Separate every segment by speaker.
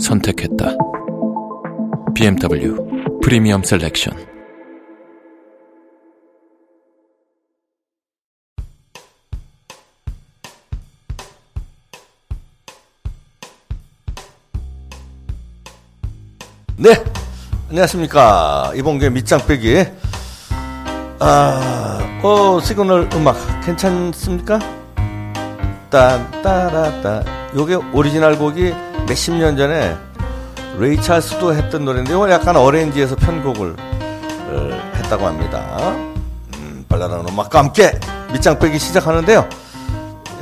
Speaker 1: 선택했다. BMW 프리미엄 셀렉션.
Speaker 2: 네, 안녕하십니까. 이봉규의 밑장 빼기. 아, 어, 시그널 음악 괜찮습니까? 딴, 따라따. 요게 오리지널 곡이 몇십 년 전에 레이 찰스도 했던 노래인데, 이건 약간 어레인지에서 편곡을 어, 했다고 합니다. 음, 발랄한 음악과 함께 밑장 빼기 시작하는데요.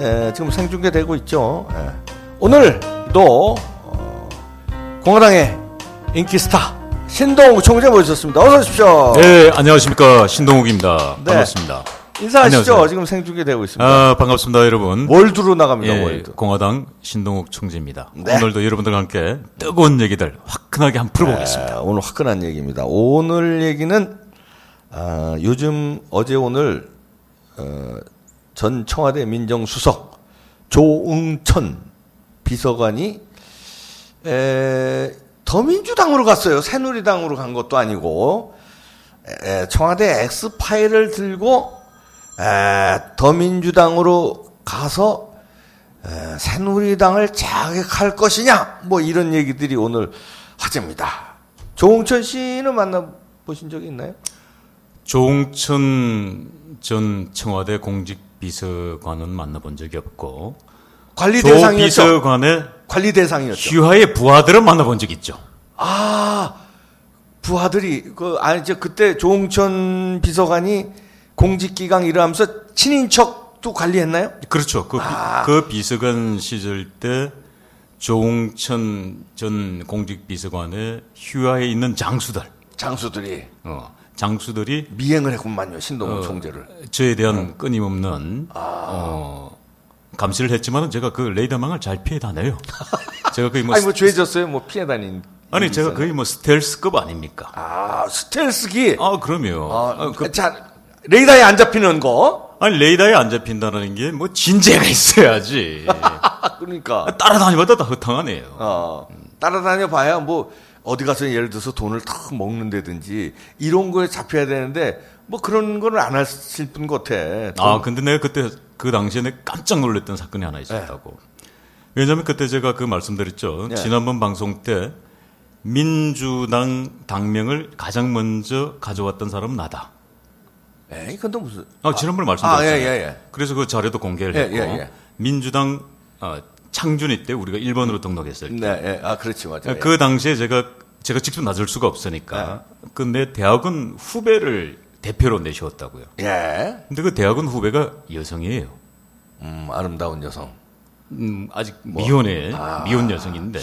Speaker 2: 예, 지금 생중계되고 있죠. 예. 오늘도 어, 공화당의 인기스타 신동욱 총재 모셨습니다. 어서 오십시오.
Speaker 3: 네, 안녕하십니까. 신동욱입니다.
Speaker 2: 네.
Speaker 3: 반갑습니다.
Speaker 2: 인사하시죠.
Speaker 3: 안녕하세요.
Speaker 2: 지금 생중계되고 있습니다.
Speaker 3: 아, 반갑습니다, 여러분.
Speaker 2: 월두로 나갑니다.
Speaker 3: 예,
Speaker 2: 월두.
Speaker 3: 공화당 신동욱 총재입니다.
Speaker 2: 네.
Speaker 3: 오늘도 여러분들과 함께 뜨거운 얘기들 화끈하게 한번 풀어보겠습니다.
Speaker 2: 아, 오늘 화끈한 얘기입니다. 오늘 얘기는 아, 요즘 어제 오늘 어, 전 청와대 민정수석 조응천 비서관이 에, 더민주당으로 갔어요. 새누리당으로 간 것도 아니고 에, 청와대 X 파일을 들고 에, 더민주당으로 가서 에, 새누리당을 자극할 것이냐 뭐 이런 얘기들이 오늘 화제입니다. 조홍천 씨는 만나 보신 적이 있나요?
Speaker 3: 조홍천 전 청와대 공직비서관은 만나본 적이 없고
Speaker 2: 관리
Speaker 3: 조
Speaker 2: 대상이었죠.
Speaker 3: 비서관의
Speaker 2: 관리 대상이었죠.
Speaker 3: 휘하의 부하들은 만나본 적 있죠.
Speaker 2: 아 부하들이 그 아니 이제 그때 조홍천 비서관이 공직기강 이러면서 친인척도 관리했나요?
Speaker 3: 그렇죠. 그, 비-
Speaker 2: 아.
Speaker 3: 그 비서관 시절 때 조홍천 전 공직비서관의 휘하에 있는 장수들
Speaker 2: 장수들이
Speaker 3: 어, 장수들이
Speaker 2: 미행을 했군만요
Speaker 3: 어.
Speaker 2: 신동훈 총재를.
Speaker 3: 저에 대한
Speaker 2: 네.
Speaker 3: 끊임없는
Speaker 2: 아.
Speaker 3: 어, 감시를 했지만은 제가 그 레이더망을 잘 피해 다녀요. 제가 거의 뭐
Speaker 2: 아니 뭐 죄졌어요? 뭐 피해 다닌.
Speaker 3: 아니
Speaker 2: 일이
Speaker 3: 제가
Speaker 2: 있었나요?
Speaker 3: 거의 뭐 스텔스급 아닙니까?
Speaker 2: 아 스텔스기.
Speaker 3: 아 그럼요.
Speaker 2: 아,
Speaker 3: 아, 그,
Speaker 2: 자, 레이더에 안 잡히는 거.
Speaker 3: 아니 레이더에 안 잡힌다는 게 뭐 진재가 있어야지.
Speaker 2: 아, 그러니까.
Speaker 3: 따라다니마다 다 허탕하네요.
Speaker 2: 어, 따라다녀 봐야 뭐 어디 가서 예를 들어서 돈을 탁 먹는다든지 이런 거에 잡혀야 되는데 뭐 그런 거는 안 하실 분 같아.
Speaker 3: 아 근데 내가 그때 그 당시에 내가 깜짝 놀랐던 사건이 하나 있었다고. 왜냐하면 그때 제가 그 말씀드렸죠.
Speaker 2: 네.
Speaker 3: 지난번 방송 때 민주당 당명을 가장 먼저 가져왔던 사람은 나다.
Speaker 2: 에이, 예, 그건 또 무슨.
Speaker 3: 아, 지난번에 말씀드렸잖아요.
Speaker 2: 아, 예, 예, 예.
Speaker 3: 그래서 그 자료도 공개를
Speaker 2: 예,
Speaker 3: 했고
Speaker 2: 예, 예.
Speaker 3: 민주당 어, 창준이 때 우리가 1번으로 등록했을 때.
Speaker 2: 네, 예, 아, 그렇지, 맞아요.
Speaker 3: 그 당시에 제가 제가 직접 나설 수가 없으니까.
Speaker 2: 네.
Speaker 3: 근데 대학은 후배를 대표로 내세웠다고요.
Speaker 2: 예.
Speaker 3: 근데 그 대학은 후배가 여성이에요.
Speaker 2: 음, 아름다운 여성.
Speaker 3: 음, 아직 미혼의 미혼 여성인데.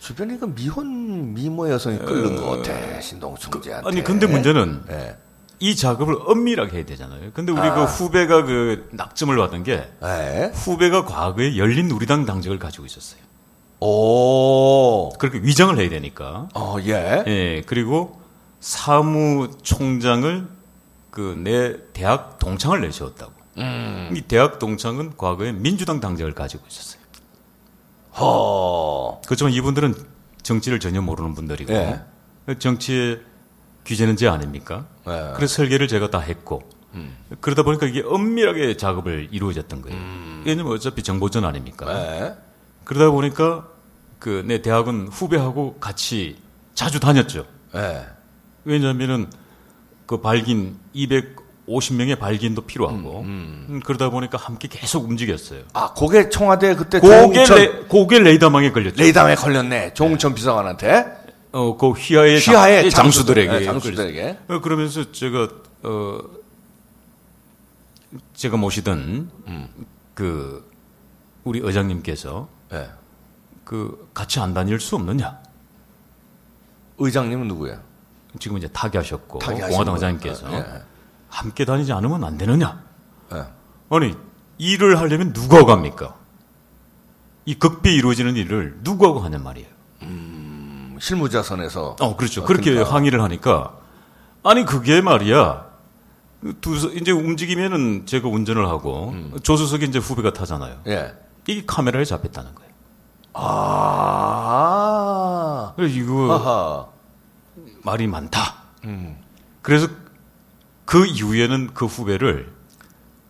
Speaker 2: 주변에 그 미혼 미모 여성이 끓는 것 같아, 신동욱 총재한테.
Speaker 3: 어. 아니 네. 근데 문제는
Speaker 2: 예.
Speaker 3: 이 작업을 엄밀하게 해야 되잖아요. 근데 우리 그 후배가 그 낙점을 받은 게
Speaker 2: 예.
Speaker 3: 후배가 과거에 열린 우리당 당직을 가지고 있었어요.
Speaker 2: 오.
Speaker 3: 그렇게 위장을 해야 되니까.
Speaker 2: 어, 예.
Speaker 3: 예, 그리고 사무총장을 그 내 대학 동창을 내세웠다고.
Speaker 2: 음.
Speaker 3: 이 대학 동창은 과거에 민주당 당직을 가지고 있었어요.
Speaker 2: 허.
Speaker 3: 그렇지만 이분들은 정치를 전혀 모르는 분들이고
Speaker 2: 예.
Speaker 3: 정치에 규제는 제 아닙니까?
Speaker 2: 예.
Speaker 3: 그래서 설계를 제가 다 했고 그러다 보니까 이게 엄밀하게 작업을 이루어졌던 거예요. 왜냐면 어차피 정보전 아닙니까?
Speaker 2: 예.
Speaker 3: 그러다 보니까 그 내 대학은 후배하고 같이 자주 다녔죠.
Speaker 2: 예.
Speaker 3: 왜냐하면은 그 발긴 250명의 발긴도 필요하고 음, 그러다 보니까 함께 계속 움직였어요.
Speaker 2: 아, 고개 청와대 그때
Speaker 3: 고게
Speaker 2: 조홍천-
Speaker 3: 레, 고게 레이더망에 걸렸죠.
Speaker 2: 레이담에 걸렸네. 조홍천 비서관한테.
Speaker 3: 어, 그 휘하의, 장-
Speaker 2: 휘하의 장수들,
Speaker 3: 장수들에게
Speaker 2: 네, 장수들에게.
Speaker 3: 걸렸어요. 어, 그러면서 제가 어
Speaker 2: 음.
Speaker 3: 제가 모시던 그 우리 의장님께서
Speaker 2: 예.
Speaker 3: 그 같이 안 다닐 수 없느냐?
Speaker 2: 의장님은 누구예요?
Speaker 3: 지금 이제 타계하셨고
Speaker 2: 타계하신 분.
Speaker 3: 공화당 의장님께서
Speaker 2: 예, 예.
Speaker 3: 함께 다니지 않으면 안 되느냐?
Speaker 2: 예.
Speaker 3: 아니 일을 하려면 누가 갑니까? 이 극비 이루어지는 일을 누구하고 하냔 말이에요.
Speaker 2: 음, 실무자 선에서.
Speaker 3: 어, 그렇죠.
Speaker 2: 어,
Speaker 3: 그렇게
Speaker 2: 그러니까.
Speaker 3: 항의를 하니까 아니 그게 말이야. 두 서- 이제 움직이면은 제가 운전을 하고
Speaker 2: 음.
Speaker 3: 조수석에 이제 후배가 타잖아요.
Speaker 2: 예.
Speaker 3: 이게 카메라에 잡혔다는 거예요.
Speaker 2: 아.
Speaker 3: 그래서 이거
Speaker 2: 아하. 음,
Speaker 3: 말이 많다. 그래서 그 이후에는 그 후배를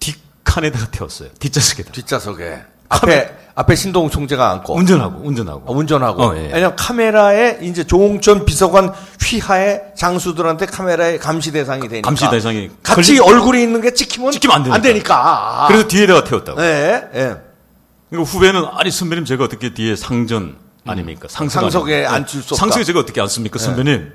Speaker 3: 뒷칸에다가 태웠어요. 뒷좌석에다.
Speaker 2: 뒷좌석에. 앞에, 앞에 신동 총재가 앉고.
Speaker 3: 운전하고 운전하고.
Speaker 2: 어, 운전하고.
Speaker 3: 어, 예.
Speaker 2: 왜냐면 카메라에 이제 조홍천 비서관 휘하에 장수들한테 카메라에 감시 대상이 되니까.
Speaker 3: 감시 대상이
Speaker 2: 같이
Speaker 3: 걸리-
Speaker 2: 얼굴이 있는 게 찍히면
Speaker 3: 찍히면 안 되니까.
Speaker 2: 되니까.
Speaker 3: 그래서 뒤에다가 태웠다고.
Speaker 2: 예, 예.
Speaker 3: 그리고 후배는 아니 선배님 제가 어떻게 뒤에 상전 아닙니까? 상석
Speaker 2: 음. 상석에
Speaker 3: 아닙니까?
Speaker 2: 앉힐 수 없다. 네.
Speaker 3: 상석에 제가 어떻게 앉습니까, 선배님?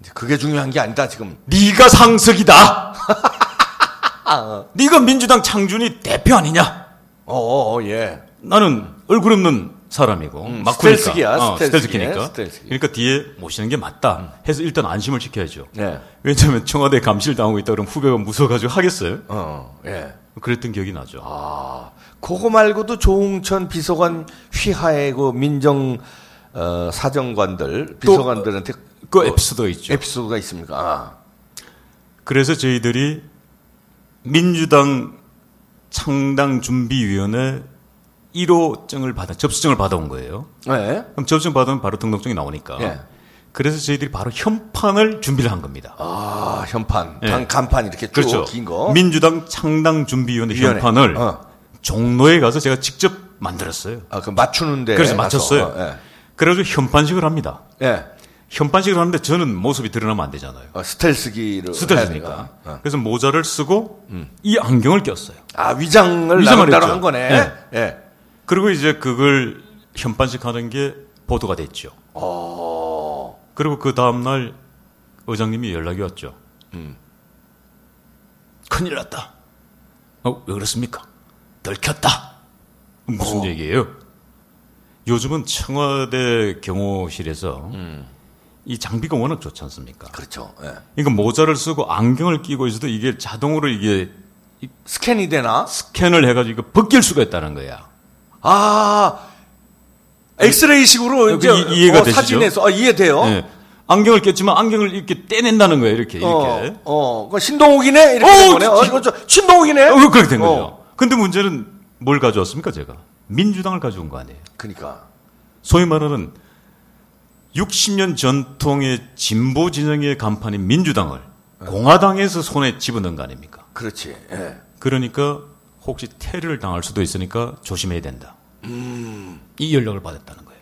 Speaker 2: 이제 그게 중요한 게 아니다 지금.
Speaker 3: 네가 상석이다. 네가 민주당 창준이 대표 아니냐?
Speaker 2: 어, 어, 어, 예.
Speaker 3: 나는 얼굴 없는 사람이고 막구니까.
Speaker 2: 음, 스텔스기야,
Speaker 3: 어,
Speaker 2: 스텔스기네,
Speaker 3: 스텔스기니까.
Speaker 2: 스텔스기. 음.
Speaker 3: 그러니까 뒤에 모시는 게 맞다. 해서 일단 안심을 시켜야죠.
Speaker 2: 네.
Speaker 3: 왜냐하면 청와대 감시를 당하고 있다 그럼 후배가 무서워가지고 하겠어요?
Speaker 2: 어, 예.
Speaker 3: 그랬던 기억이 나죠.
Speaker 2: 아, 그거 말고도 조홍천 비서관 휘하의 그 민정 어, 사정관들 비서관들한테 어,
Speaker 3: 그 에피소드 있죠.
Speaker 2: 뭐 에피소드가 있습니까? 아.
Speaker 3: 그래서 저희들이 민주당 창당 준비위원회 1호증을 받아 접수증을 받아온 거예요.
Speaker 2: 예.
Speaker 3: 그럼 접수증 받으면 바로 등록증이 나오니까.
Speaker 2: 예.
Speaker 3: 그래서 저희들이 바로 현판을 준비를 한 겁니다.
Speaker 2: 아, 현판,
Speaker 3: 예.
Speaker 2: 당 간판 이렇게
Speaker 3: 그렇죠.
Speaker 2: 쭉긴 거.
Speaker 3: 민주당 창당 준비위원회
Speaker 2: 위원회.
Speaker 3: 현판을
Speaker 2: 어.
Speaker 3: 종로에 가서 제가 직접 만들었어요.
Speaker 2: 아, 그 맞추는데.
Speaker 3: 그래서 맞췄어요.
Speaker 2: 어,
Speaker 3: 그래가지고 현판식을 합니다.
Speaker 2: 예. 예.
Speaker 3: 현판식을 하는데 저는 모습이 드러나면 안 되잖아요.
Speaker 2: 어, 스텔스기를.
Speaker 3: 스트레스니까.
Speaker 2: 해야 되니까. 어. 음.
Speaker 3: 그래서 모자를 쓰고 이 안경을 꼈어요.
Speaker 2: 아, 위장을
Speaker 3: 위장을
Speaker 2: 나름대로
Speaker 3: 했죠.
Speaker 2: 한 거네.
Speaker 3: 예.
Speaker 2: 예.
Speaker 3: 그리고 이제 그걸 현판식 하는 게 보도가 됐죠. 그리고 그 다음날 의장님이 연락이 왔죠. 큰일 났다. 어, 왜 그렇습니까? 들켰다. 무슨 얘기예요? 요즘은 청와대 경호실에서 이 장비가 워낙 좋지 않습니까?
Speaker 2: 그렇죠. 예.
Speaker 3: 그러니까 모자를 쓰고 안경을 끼고 있어도 이게 자동으로 이게
Speaker 2: 스캔이 되나?
Speaker 3: 스캔을 해가지고 이거 벗길 수가 있다는 거야.
Speaker 2: 아, 엑스레이식으로 이제
Speaker 3: 이- 이해가
Speaker 2: 어,
Speaker 3: 되시죠?
Speaker 2: 사진에서 아, 이해돼요.
Speaker 3: 예. 안경을 꼈지만 안경을 이렇게 떼낸다는 거예요. 이렇게 이렇게.
Speaker 2: 어, 어, 그 신동욱이네 이렇게
Speaker 3: 어,
Speaker 2: 된 거네. 어,
Speaker 3: 지-
Speaker 2: 이거 저 신동욱이네.
Speaker 3: 어, 그렇게 된 거죠.
Speaker 2: 어,
Speaker 3: 근데 문제는 뭘 가져왔습니까, 제가? 민주당을 가져온 거 아니에요.
Speaker 2: 그러니까
Speaker 3: 소위 말하는 60년 전통의 진보 진영의 간판인 민주당을 공화당에서 손에 집어넣은 거 아닙니까?
Speaker 2: 그렇지. 예.
Speaker 3: 그러니까 혹시 테러를 당할 수도 있으니까 조심해야 된다.
Speaker 2: 음.
Speaker 3: 이 연락을 받았다는 거예요.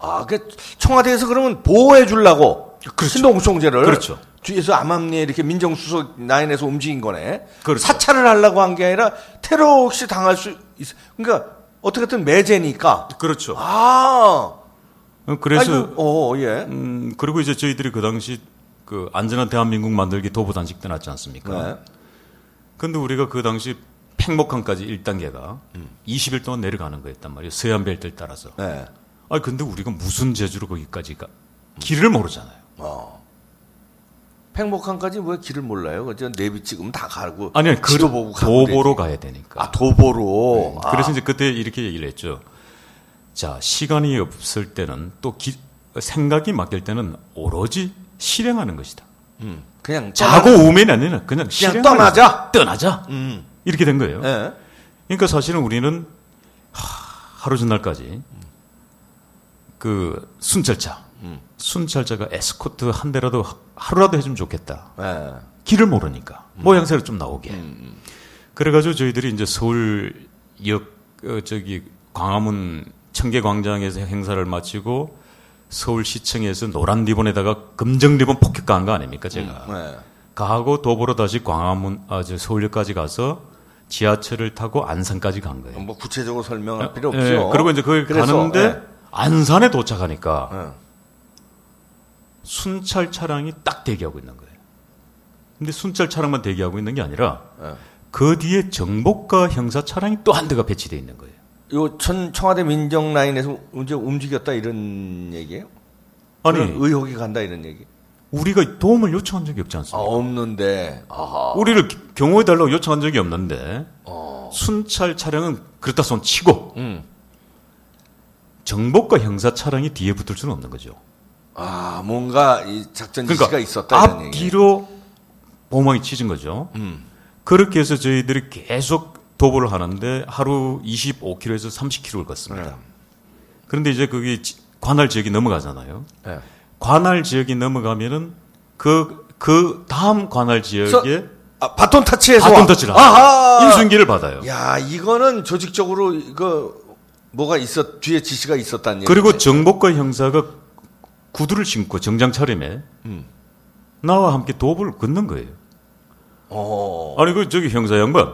Speaker 2: 아, 그 청와대에서 그러면 보호해 주려고
Speaker 3: 그렇죠.
Speaker 2: 신동욱 총재를
Speaker 3: 그렇죠.
Speaker 2: 뒤에서 암암리에 이렇게 민정수석 라인에서 움직인 거네.
Speaker 3: 그렇죠.
Speaker 2: 사찰을 하려고 한 게 아니라 테러 혹시 당할 수 있. 그러니까 어떻게든 매제니까.
Speaker 3: 그렇죠.
Speaker 2: 아,
Speaker 3: 어, 그래서
Speaker 2: 아이고, 어, 예.
Speaker 3: 음, 그리고 이제 저희들이 그 당시 그 안전한 대한민국 만들기 도보 단식 떠났지 않습니까?
Speaker 2: 네.
Speaker 3: 근데 우리가 그 당시 팽목항까지 1단계가 20일 동안 내려가는 거였단 말이에요. 서해안 벨트를 따라서.
Speaker 2: 네.
Speaker 3: 아 근데 우리가 무슨 재주로 거기까지 가? 길을 모르잖아요.
Speaker 2: 어. 팽목항까지 왜 길을 몰라요? 그저 내비 찍으면 다 가고.
Speaker 3: 아니, 아니, 그
Speaker 2: 지도 보고 가면
Speaker 3: 도보로
Speaker 2: 되지.
Speaker 3: 가야 되니까.
Speaker 2: 아, 도보로. 아,
Speaker 3: 그래서 이제 그때 이렇게 얘기를 했죠. 자, 시간이 없을 때는 또 기- 생각이 맡길 때는 오로지 실행하는 것이다.
Speaker 2: 음. 그냥
Speaker 3: 자고 우면이 아니라 그냥 실행하는
Speaker 2: 떠나자. 음.
Speaker 3: 것이다. 떠나자. 이렇게 된 거예요.
Speaker 2: 예.
Speaker 3: 그러니까 사실은 우리는 하, 하루 전날까지 그 순찰차, 순찰차가 에스코트 한 대라도 하- 하루라도 해주면 좋겠다.
Speaker 2: 예.
Speaker 3: 길을 모르니까 모양새로 좀 나오게. 그래가지고 저희들이 이제 서울역 어, 저기 광화문 청계광장에서 행사를 마치고 서울시청에서 노란 리본에다가 검정 리본 폭격가한 거 아닙니까 제가?
Speaker 2: 예.
Speaker 3: 가고 도보로 다시 광화문 아 저 서울역까지 가서 지하철을 타고 안산까지 간 거예요.
Speaker 2: 뭐 구체적으로 설명할 필요
Speaker 3: 예,
Speaker 2: 없죠.
Speaker 3: 그리고 이제 거기
Speaker 2: 그래서,
Speaker 3: 가는데
Speaker 2: 예.
Speaker 3: 안산에 도착하니까
Speaker 2: 예.
Speaker 3: 순찰 차량이 딱 대기하고 있는 거예요. 근데 순찰 차량만 대기하고 있는 게 아니라
Speaker 2: 예.
Speaker 3: 그 뒤에 정복과 형사 차량이 또 한 대가 배치돼 있는 거예요.
Speaker 2: 요 천, 청와대 민정 라인에서 이제 움직였다 이런 얘기예요?
Speaker 3: 아니
Speaker 2: 그런 의혹이 간다 이런 얘기.
Speaker 3: 우리가 도움을 요청한 적이 없지
Speaker 2: 아,
Speaker 3: 않습니까?
Speaker 2: 없는데. 아하.
Speaker 3: 우리를 경호해 달라고 요청한 적이 없는데
Speaker 2: 아.
Speaker 3: 순찰 차량은 그렇다 손 치고
Speaker 2: 음.
Speaker 3: 정복과 형사 차량이 뒤에 붙을 수는 없는 거죠.
Speaker 2: 아, 뭔가 이 작전 지시가
Speaker 3: 그러니까
Speaker 2: 있었다 이런 얘기.
Speaker 3: 앞뒤로 보망이 치진 거죠.
Speaker 2: 음.
Speaker 3: 그렇게 해서 저희들이 계속 도보를 하는데 하루 25km에서 30km를
Speaker 2: 네.
Speaker 3: 걷습니다. 그런데 이제 그게 지- 관할 지역이 넘어가잖아요.
Speaker 2: 네.
Speaker 3: 관할 지역이 넘어가면은 그, 그 다음 관할 지역에
Speaker 2: 아, 바톤 타치에서
Speaker 3: 바톤 터치를
Speaker 2: 아하. 예,
Speaker 3: 인순기를 받아요.
Speaker 2: 야, 이거는 조직적으로 이거 뭐가 있었 뒤에 지시가 있었다는 얘기.
Speaker 3: 그리고 정복과 형사가 구두를 신고 정장 차림에
Speaker 2: 음.
Speaker 3: 나와 함께 도보를 걷는 거예요.
Speaker 2: 어.
Speaker 3: 아니 그 저기 형사 양반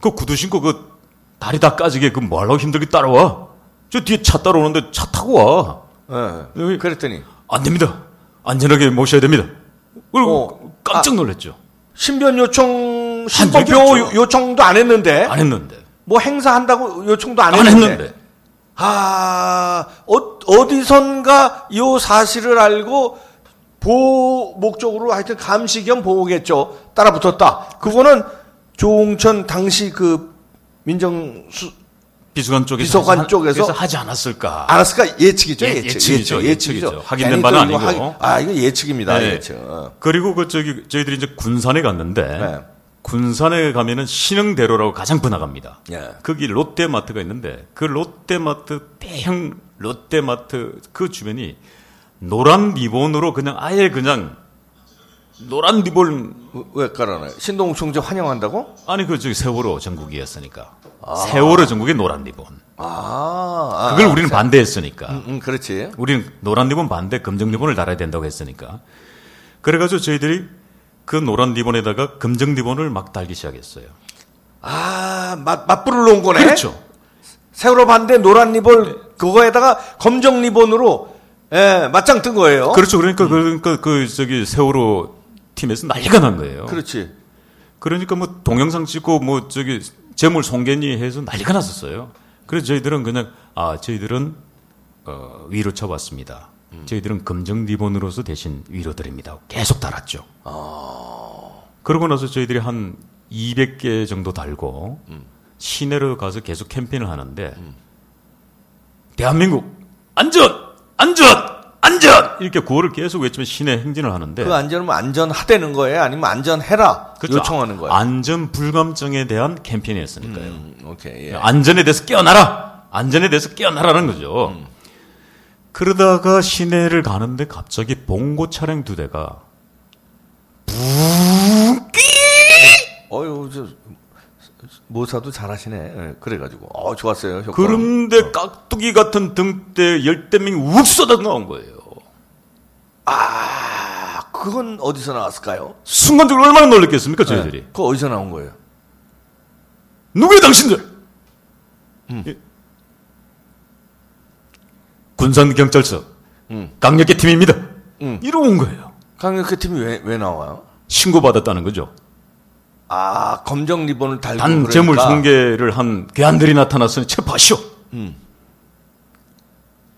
Speaker 3: 그 구두 신고 그 다리 다 까지게 그 뭐 하려고 힘들게 따라와 저 뒤에 차 따라오는데 차 타고 와 안
Speaker 2: 예. 그랬더니
Speaker 3: 됩니다 안전하게 모셔야 됩니다 그리고
Speaker 2: 어.
Speaker 3: 깜짝 놀랐죠
Speaker 2: 신변 요청
Speaker 3: 적이
Speaker 2: 신병병호
Speaker 3: 없죠.
Speaker 2: 요청도 안 했는데
Speaker 3: 안 했는데
Speaker 2: 뭐 행사한다고 요청도 안
Speaker 3: 안
Speaker 2: 했는데.
Speaker 3: 했는데
Speaker 2: 아, 어, 어디선가 요 사실을 알고 보호 목적으로 하여튼 감시 겸 보호겠죠. 따라 붙었다. 그거는 조홍천 당시 그 민정수
Speaker 3: 비서관 쪽에서
Speaker 2: 비서관
Speaker 3: 하지-
Speaker 2: 쪽에서
Speaker 3: 그래서 하지 않았을까
Speaker 2: 알았을까 예측이죠.
Speaker 3: 예,
Speaker 2: 예측, 예측,
Speaker 3: 예측이죠,
Speaker 2: 예측이죠.
Speaker 3: 예측이죠. 확인된
Speaker 2: 괜히
Speaker 3: 바는
Speaker 2: 또 이거
Speaker 3: 아니고.
Speaker 2: 확인- 아, 이거 예측입니다.
Speaker 3: 네.
Speaker 2: 예측. 어.
Speaker 3: 그리고 그 저기 저희들이 이제 군산에 갔는데
Speaker 2: 네.
Speaker 3: 군산에 가면은 신흥대로라고 가장 분화갑니다.
Speaker 2: 예.
Speaker 3: 거기 롯데마트가 있는데 그 롯데마트 대형 롯데마트 그 주변이 노란 리본으로 그냥 아예 그냥 노란 리본
Speaker 2: 왜- 왜 깔아놔요? 신동욱 총재 환영한다고?
Speaker 3: 아니 그 저기 세월호 전국이었으니까 세월호 전국의 노란 리본
Speaker 2: 아, 아,
Speaker 3: 그걸 우리는 반대했으니까
Speaker 2: 음, 음, 그렇지.
Speaker 3: 우리는 노란 리본 반대 검정 리본을 달아야 된다고 했으니까 그래가지고 저희들이 그 노란 리본에다가 검정 리본을 막 달기 시작했어요.
Speaker 2: 아, 맞, 맞불을 놓은 거네?
Speaker 3: 그렇죠.
Speaker 2: 세월호 반대 노란 리본 그거에다가 검정 리본으로 예, 맞짱 뜬 거예요.
Speaker 3: 그렇죠. 그러니까 그러니까 그 저기 세월호 팀에서 난리가 난 거예요.
Speaker 2: 그렇지.
Speaker 3: 그러니까 뭐 동영상 찍고 뭐 저기 재물 송견이 해서 난리가 났었어요. 그래서 저희들은 그냥 아 저희들은 어, 위로 쳐봤습니다.
Speaker 2: 음.
Speaker 3: 저희들은 검정 리본으로서 대신 위로 드립니다. 계속 달았죠.
Speaker 2: 아.
Speaker 3: 그러고 나서 저희들이 한 200개 정도 달고
Speaker 2: 음.
Speaker 3: 시내로 가서 계속 캠페인을 하는데 대한민국 안전 안전 안전 이렇게 구호를 계속 외치면 시내 행진을 하는데
Speaker 2: 그 안전은 안전하대는 거예요? 아니면 안전해라?
Speaker 3: 그렇죠.
Speaker 2: 요청하는 거예요?
Speaker 3: 안전 불감증에 대한 캠페인이었으니까요.
Speaker 2: 음, 오케이. 예.
Speaker 3: 안전에 대해서 깨어나라. 안전에 대해서 깨어나라는 거죠. 그러다가 시내를 가는데 갑자기 봉고 차량 두 대가
Speaker 2: 어유, 저, 모사도 잘하시네. 예, 그래가지고. 어, 좋았어요. 효과.
Speaker 3: 그런데 깍두기 같은 등대 열대 명이 욱 쏟아 나온 거예요.
Speaker 2: 아, 그건 어디서 나왔을까요?
Speaker 3: 순간적으로 얼마나 놀랐겠습니까, 저희들이.
Speaker 2: 예, 그거 어디서 나온 거예요?
Speaker 3: 누구야 당신들? 예. 군산 경찰서 강력계 팀입니다. 이러고 온 거예요.
Speaker 2: 강력회 그 팀이 왜, 왜 나와요?
Speaker 3: 신고 받았다는 거죠.
Speaker 2: 아, 검정 리본을 달고.
Speaker 3: 단
Speaker 2: 그러니까.
Speaker 3: 재물 손괴를 한 괴한들이 나타났으니 체포하시오.
Speaker 2: 음.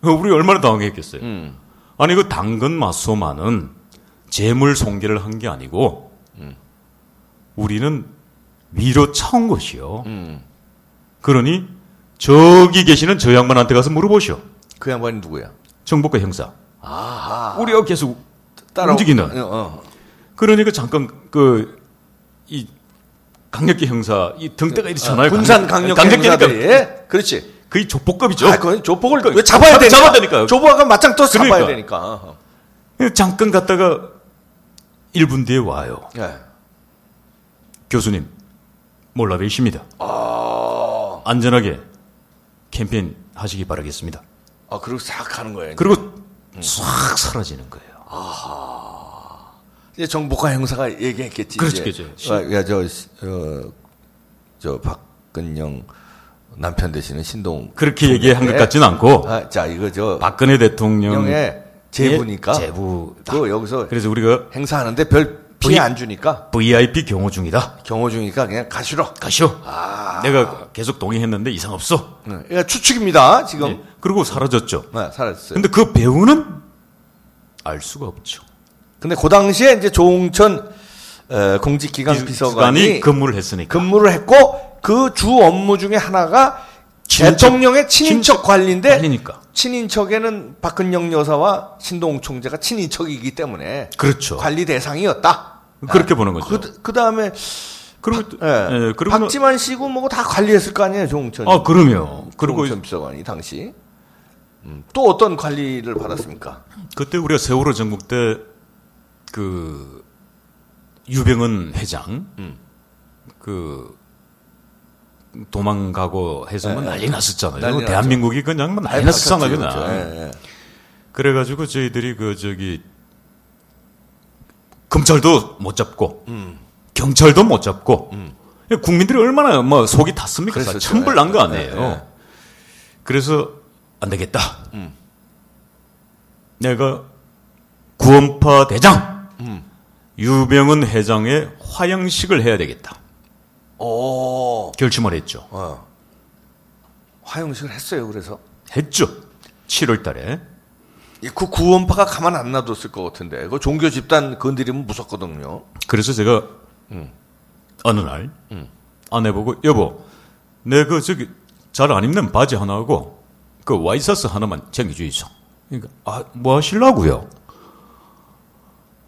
Speaker 3: 어, 우리 얼마나 당황했겠어요.
Speaker 2: 음,
Speaker 3: 아니 그 당근 마소마는 재물 손괴를 한 게 아니고
Speaker 2: 음.
Speaker 3: 우리는 위로 차온 것이요.
Speaker 2: 음.
Speaker 3: 그러니 저기 계시는 저 양반한테 가서 물어보시오.
Speaker 2: 그 양반이 누구야?
Speaker 3: 정복과 형사.
Speaker 2: 아하.
Speaker 3: 우리가 계속
Speaker 2: 따라
Speaker 3: 움직이는.
Speaker 2: 어, 어.
Speaker 3: 그러니까 잠깐 그 이 강력계 형사 이 등대가 이리 전화요.
Speaker 2: 어, 군산 강력
Speaker 3: 강력계니까
Speaker 2: 강력계니까 예, 그렇지.
Speaker 3: 그게 족보급이죠.
Speaker 2: 아, 그건 조폭을
Speaker 3: 그러니까
Speaker 2: 왜 잡아야
Speaker 3: 잡-
Speaker 2: 되니까?
Speaker 3: 잡아야 되니까요.
Speaker 2: 조폭아가 맞짱 떠서 잡아야
Speaker 3: 그러니까.
Speaker 2: 되니까.
Speaker 3: 예, 잠깐 갔다가 1분 뒤에 와요.
Speaker 2: 예.
Speaker 3: 교수님, 몰라뵈십니다.
Speaker 2: 아,
Speaker 3: 안전하게 캠페인 하시기 바라겠습니다.
Speaker 2: 아, 그리고 싹 가는 거예요.
Speaker 3: 그리고
Speaker 2: 음.
Speaker 3: 싹 사라지는 거예요.
Speaker 2: 이제 정복화 형사가 얘기했겠지.
Speaker 3: 그렇죠,
Speaker 2: 이제.
Speaker 3: 그렇죠.
Speaker 2: 아, 야, 저, 어, 저 박근영 남편 되시는 신동.
Speaker 3: 그렇게 얘기한 것 같진 않고
Speaker 2: 아, 자, 이거 저
Speaker 3: 박근혜 대통령의
Speaker 2: 예.
Speaker 3: 예,
Speaker 2: 박근영의 제부니까.
Speaker 3: 제부.
Speaker 2: 그 여기서
Speaker 3: 그래서 우리가
Speaker 2: 행사하는데 별 피해 안 주니까
Speaker 3: VIP 경호 중이다.
Speaker 2: 경호 중이니까 그냥 가시러.
Speaker 3: 가시오.
Speaker 2: 아.
Speaker 3: 내가 계속 동의했는데 이상 없어.
Speaker 2: 네. 그러니까 추측입니다. 지금
Speaker 3: 예. 그리고 사라졌죠.
Speaker 2: 네, 사라졌어요.
Speaker 3: 근데 그 배우는 알 수가 없죠.
Speaker 2: 근데 그 당시에 이제 조홍천 어, 공직기강 비서관이
Speaker 3: 기관이 그 근무를 했으니까.
Speaker 2: 근무를 했고 그 주 업무 중에 하나가
Speaker 3: 친인척-
Speaker 2: 대통령의 친인척 관리인데
Speaker 3: 관리니까.
Speaker 2: 친인척에는 박근영 여사와 신동욱 총재가 친인척이기 때문에
Speaker 3: 그렇죠.
Speaker 2: 관리 대상이었다.
Speaker 3: 그렇게 보는 거죠.
Speaker 2: 그, 그 다음에
Speaker 3: 그리고 또- 예, 그리고
Speaker 2: 박지만 씨고 뭐고 다 관리했을 거 아니에요 조홍천.
Speaker 3: 아 그럼요. 그리고
Speaker 2: 조홍천 비서관이 당시 음, 또 어떤 관리를 받았습니까?
Speaker 3: 그때 우리가 세월호 전국 때 그 유병은 회장
Speaker 2: 음.
Speaker 3: 그 도망가고 해서 뭐 난리 났었잖아요.
Speaker 2: 네, 난리
Speaker 3: 대한민국이 그냥 뭐 난리 났었잖아 그냥.
Speaker 2: 예, 예.
Speaker 3: 그래가지고 저희들이 그 저기 검찰도 못 잡고
Speaker 2: 음.
Speaker 3: 경찰도 못 잡고 예, 국민들이 얼마나 뭐 속이 탔습니까?
Speaker 2: 그랬었죠.
Speaker 3: 천불 난 거
Speaker 2: 예,
Speaker 3: 아니에요.
Speaker 2: 예, 예.
Speaker 3: 그래서 안 되겠다.
Speaker 2: 음.
Speaker 3: 내가 구원파 대장
Speaker 2: 음.
Speaker 3: 유병은 회장의 화양식을 해야 되겠다.
Speaker 2: 오,
Speaker 3: 결심을 했죠.
Speaker 2: 어. 화형식을 했어요. 그래서
Speaker 3: 했죠. 7월달에
Speaker 2: 이그 구원파가 가만 안 놔뒀을 것 같은데 그 종교 집단 건드리면 무섭거든요.
Speaker 3: 그래서 제가 어느 날 아내보고 여보 내그 저기 잘 안 입는 바지 하나하고 그 와이셔츠 하나만 챙겨주이소. 그러니까 아뭐 하실라고요?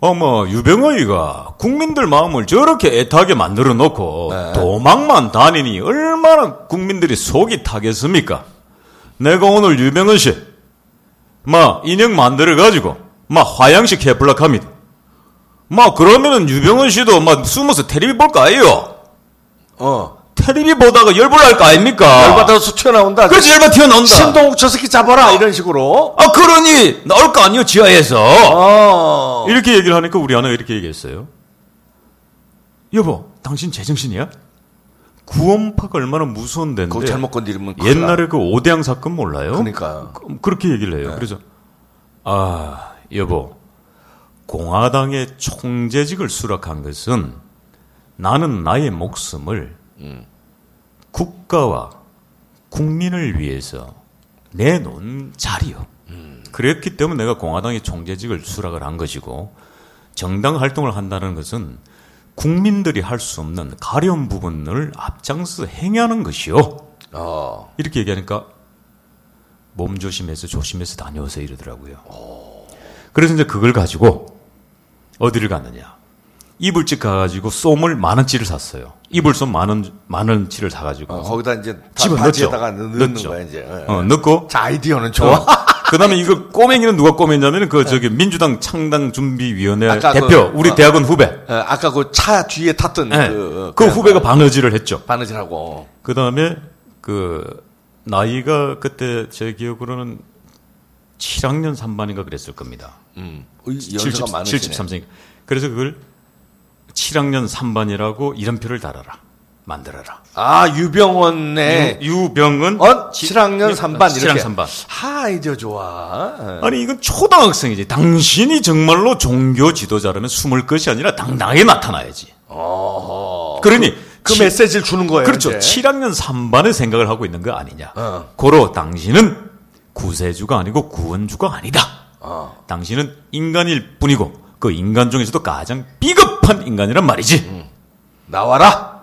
Speaker 3: 어머 유병호이가 국민들 마음을 저렇게 애타게 만들어 놓고 도망만 다니니 얼마나 국민들이 속이 타겠습니까? 내가 오늘 유병헌 씨, 마 인형 만들어 가지고 마 화양식 해볼라 합니다. 막 그러면은 유병헌 씨도 막 숨어서 테레비 볼 거 아니에요?
Speaker 2: 어.
Speaker 3: 테레비 보다가 열불날 거 아닙니까?
Speaker 2: 열받아서 튀어나온다.
Speaker 3: 그렇지 열받 튀어나온다.
Speaker 2: 신동욱 저 새끼 잡아라 이런 식으로.
Speaker 3: 아 그러니 나올 거 아니에요 지하에서.
Speaker 2: 어.
Speaker 3: 이렇게 얘기를 하니까 우리 아내가 이렇게 얘기했어요. 여보, 당신 제정신이야? 구원파가 얼마나 무서운 데인데.
Speaker 2: 뭐 그거 잘못 건드리면 큰일 나.
Speaker 3: 네. 옛날에 그 오대양 사건 몰라요?
Speaker 2: 그러니까요. 네.
Speaker 3: 그- 그렇게 얘기를 해요. 그래서 아 여보 공화당의 총재직을 수락한 것은 나는 나의 목숨을
Speaker 2: 음.
Speaker 3: 국가와 국민을 위해서 내놓은 자리요.
Speaker 2: 음.
Speaker 3: 그랬기 때문에 내가 공화당의 총재직을 수락을 한 것이고 정당 활동을 한다는 것은 국민들이 할 수 없는 가려운 부분을 앞장서 행하는 것이요.
Speaker 2: 어.
Speaker 3: 이렇게 얘기하니까 몸 조심해서 조심해서 다녀오세요 이러더라고요. 그래서 이제 그걸 가지고 어디를 갔느냐. 이불집 가가지고 쏨을 만 원치를 샀어요. 이불쏨 만원 만 원치를 사가지고
Speaker 2: 어, 거기다 이제 다
Speaker 3: 집어넣죠.
Speaker 2: 바지에다가 넣는
Speaker 3: 넣죠.
Speaker 2: 거야 이제. 예.
Speaker 3: 어, 넣고
Speaker 2: 자 아이디어는 좋아.
Speaker 3: 그다음에 이거 꼬맹이는 누가 꼬맹이냐면 그 저기 민주당 창당 준비위원회
Speaker 2: 네. 아까 그-
Speaker 3: 대표 우리
Speaker 2: 어.
Speaker 3: 대학원 후배
Speaker 2: 예, 아까 그 차 뒤에 탔던
Speaker 3: 예.
Speaker 2: 그, 어,
Speaker 3: 그
Speaker 2: 그냥
Speaker 3: 후배가 바느질을 했죠.
Speaker 2: 바느질하고.
Speaker 3: 그 다음에 그 나이가 그때 제 기억으로는 7학년 3반인가 그랬을 겁니다.
Speaker 2: 음. 연세가
Speaker 3: 70,
Speaker 2: 많으시네.
Speaker 3: 73세. 그래서 그걸 7학년 3반이라고 이름표를 달아라. 만들어라.
Speaker 2: 아 유병원의
Speaker 3: 유, 병은
Speaker 2: 네. 어? 7학년 3반 이렇게.
Speaker 3: 7학년 3반.
Speaker 2: 하 아이디어 좋아. 예.
Speaker 3: 아니 이건 초등학생이지. 당신이 정말로 종교 지도자라면 숨을 것이 아니라 당당하게 나타나야지. 그러니
Speaker 2: 어, 그
Speaker 3: 치-
Speaker 2: 메시지를 주는 거예요.
Speaker 3: 그렇죠.
Speaker 2: 이제.
Speaker 3: 7학년 3반의 생각을 하고 있는 거 아니냐.
Speaker 2: 어.
Speaker 3: 고로 당신은 구세주가 아니고 구원주가 아니다. 당신은 인간일 뿐이고 그 인간 중에서도 가장 비겁한 인간이란 말이지.
Speaker 2: 나와라.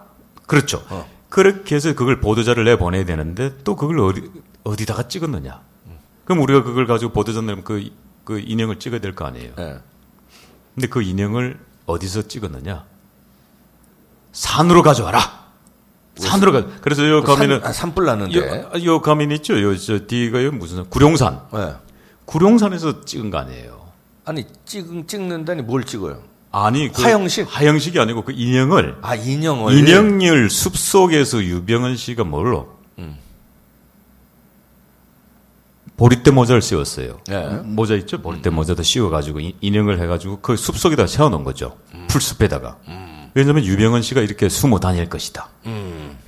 Speaker 3: 그렇죠.
Speaker 2: 어.
Speaker 3: 그렇게 해서 그걸 보도자를 내보내야 되는데 또 그걸 어디, 어디다가 찍었느냐. 그럼 우리가 그걸 가지고 보도자 내면 그, 그 인형을 찍어야 될 거 아니에요.
Speaker 2: 예.
Speaker 3: 근데 그 인형을 어디서 찍었느냐? 산으로 가져와라. 산으로 가. 그래서 요 가면은
Speaker 2: 산, 아, 산불 나는데.
Speaker 3: 요, 요 가면 있죠. 요저 뒤가 요 무슨 산? 구룡산.
Speaker 2: 예.
Speaker 3: 구룡산에서 찍은 거 아니에요.
Speaker 2: 아니 찍, 찍는다니 뭘 찍어요?
Speaker 3: 아니 그
Speaker 2: 화형식?
Speaker 3: 화형식이 아니고 그 인형을
Speaker 2: 아 인형을
Speaker 3: 인형을 숲 속에서 유병헌 씨가 뭘로 보리대 모자를 씌웠어요.
Speaker 2: 예.
Speaker 3: 모자 있죠? 보리대 모자도 씌워가지고 인- 인형을 해가지고 그 숲 속에다 세워놓은 거죠. 풀숲에다가. 왜냐하면 유병헌 씨가 이렇게 숨어 다닐 것이다.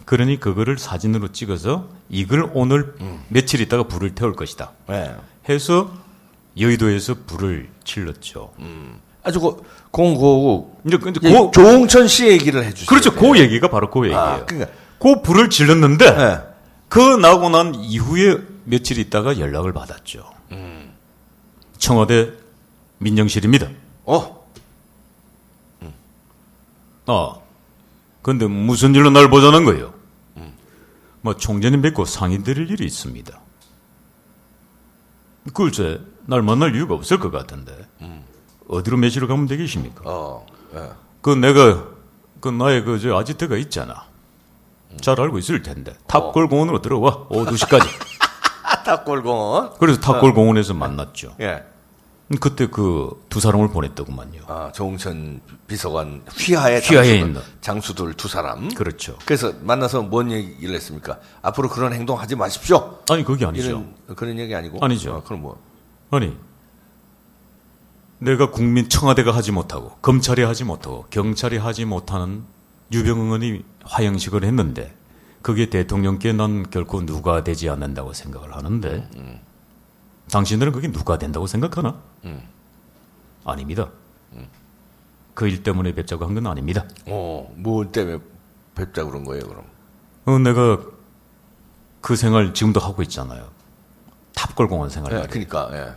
Speaker 3: 그러니 그거를 사진으로 찍어서 이걸 오늘 며칠 있다가 불을 태울 것이다.
Speaker 2: 예. 음.
Speaker 3: 해서 여의도에서 불을 질렀죠.
Speaker 2: 아주 고, 공고고
Speaker 3: 이제 근데
Speaker 2: 예,
Speaker 3: 고
Speaker 2: 조홍천 씨 얘기를 해주세요.
Speaker 3: 그렇죠. 그 얘기가 바로 그 얘기예요.
Speaker 2: 아, 그러니까
Speaker 3: 그 불을 질렀는데
Speaker 2: 네.
Speaker 3: 그 나고 난 이후에 며칠 있다가 연락을 받았죠.
Speaker 2: 음.
Speaker 3: 청와대 민정실입니다.
Speaker 2: 어
Speaker 3: 아, 근데 무슨 일로 날 보자는 거예요?
Speaker 2: 음.
Speaker 3: 뭐 총재님 뵙고 상의드릴 일이 있습니다. 글쎄, 날 만날 이유가 없을 것 같은데
Speaker 2: 음.
Speaker 3: 어디로 매시러 가면 되겠습니까?
Speaker 2: 어.
Speaker 3: 그 내가 그 나의 그 저 아지트가 있잖아. 잘 알고 있을 텐데
Speaker 2: 어.
Speaker 3: 탑골공원으로 들어와 오후 2시까지.
Speaker 2: 아타골공원
Speaker 3: 그래서 탑골공원에서 만났죠.
Speaker 2: 예.
Speaker 3: 그때 그 두 사람을 보냈더구만요.
Speaker 2: 아, 조홍천 비서관 휘하의
Speaker 3: 휘하에
Speaker 2: 장수들,
Speaker 3: 있는.
Speaker 2: 장수들 두 사람.
Speaker 3: 그렇죠.
Speaker 2: 그래서 만나서 뭔 얘기를 했습니까? 앞으로 그런 행동 하지 마십시오.
Speaker 3: 아니 그게 아니죠.
Speaker 2: 이런 그런 얘기 아니고.
Speaker 3: 아니죠.
Speaker 2: 아, 그럼 뭐?
Speaker 3: 아니 내가 국민 청와대가 하지 못하고 검찰이 하지 못하고 경찰이 하지 못하는 유병 의원이 화형식을 했는데 그게 대통령께 난 결코 누가 되지 않는다고 생각을 하는데 당신들은 그게 누가 된다고 생각하나? 아닙니다. 그 일 때문에 뵙자고 한 건 아닙니다.
Speaker 2: 어, 뭘 때문에 뵙자 그런 거예요, 그럼?
Speaker 3: 어, 내가 그 생활 지금도 하고 있잖아요. 탑골공원 생활.
Speaker 2: 예, 그러니까. 예.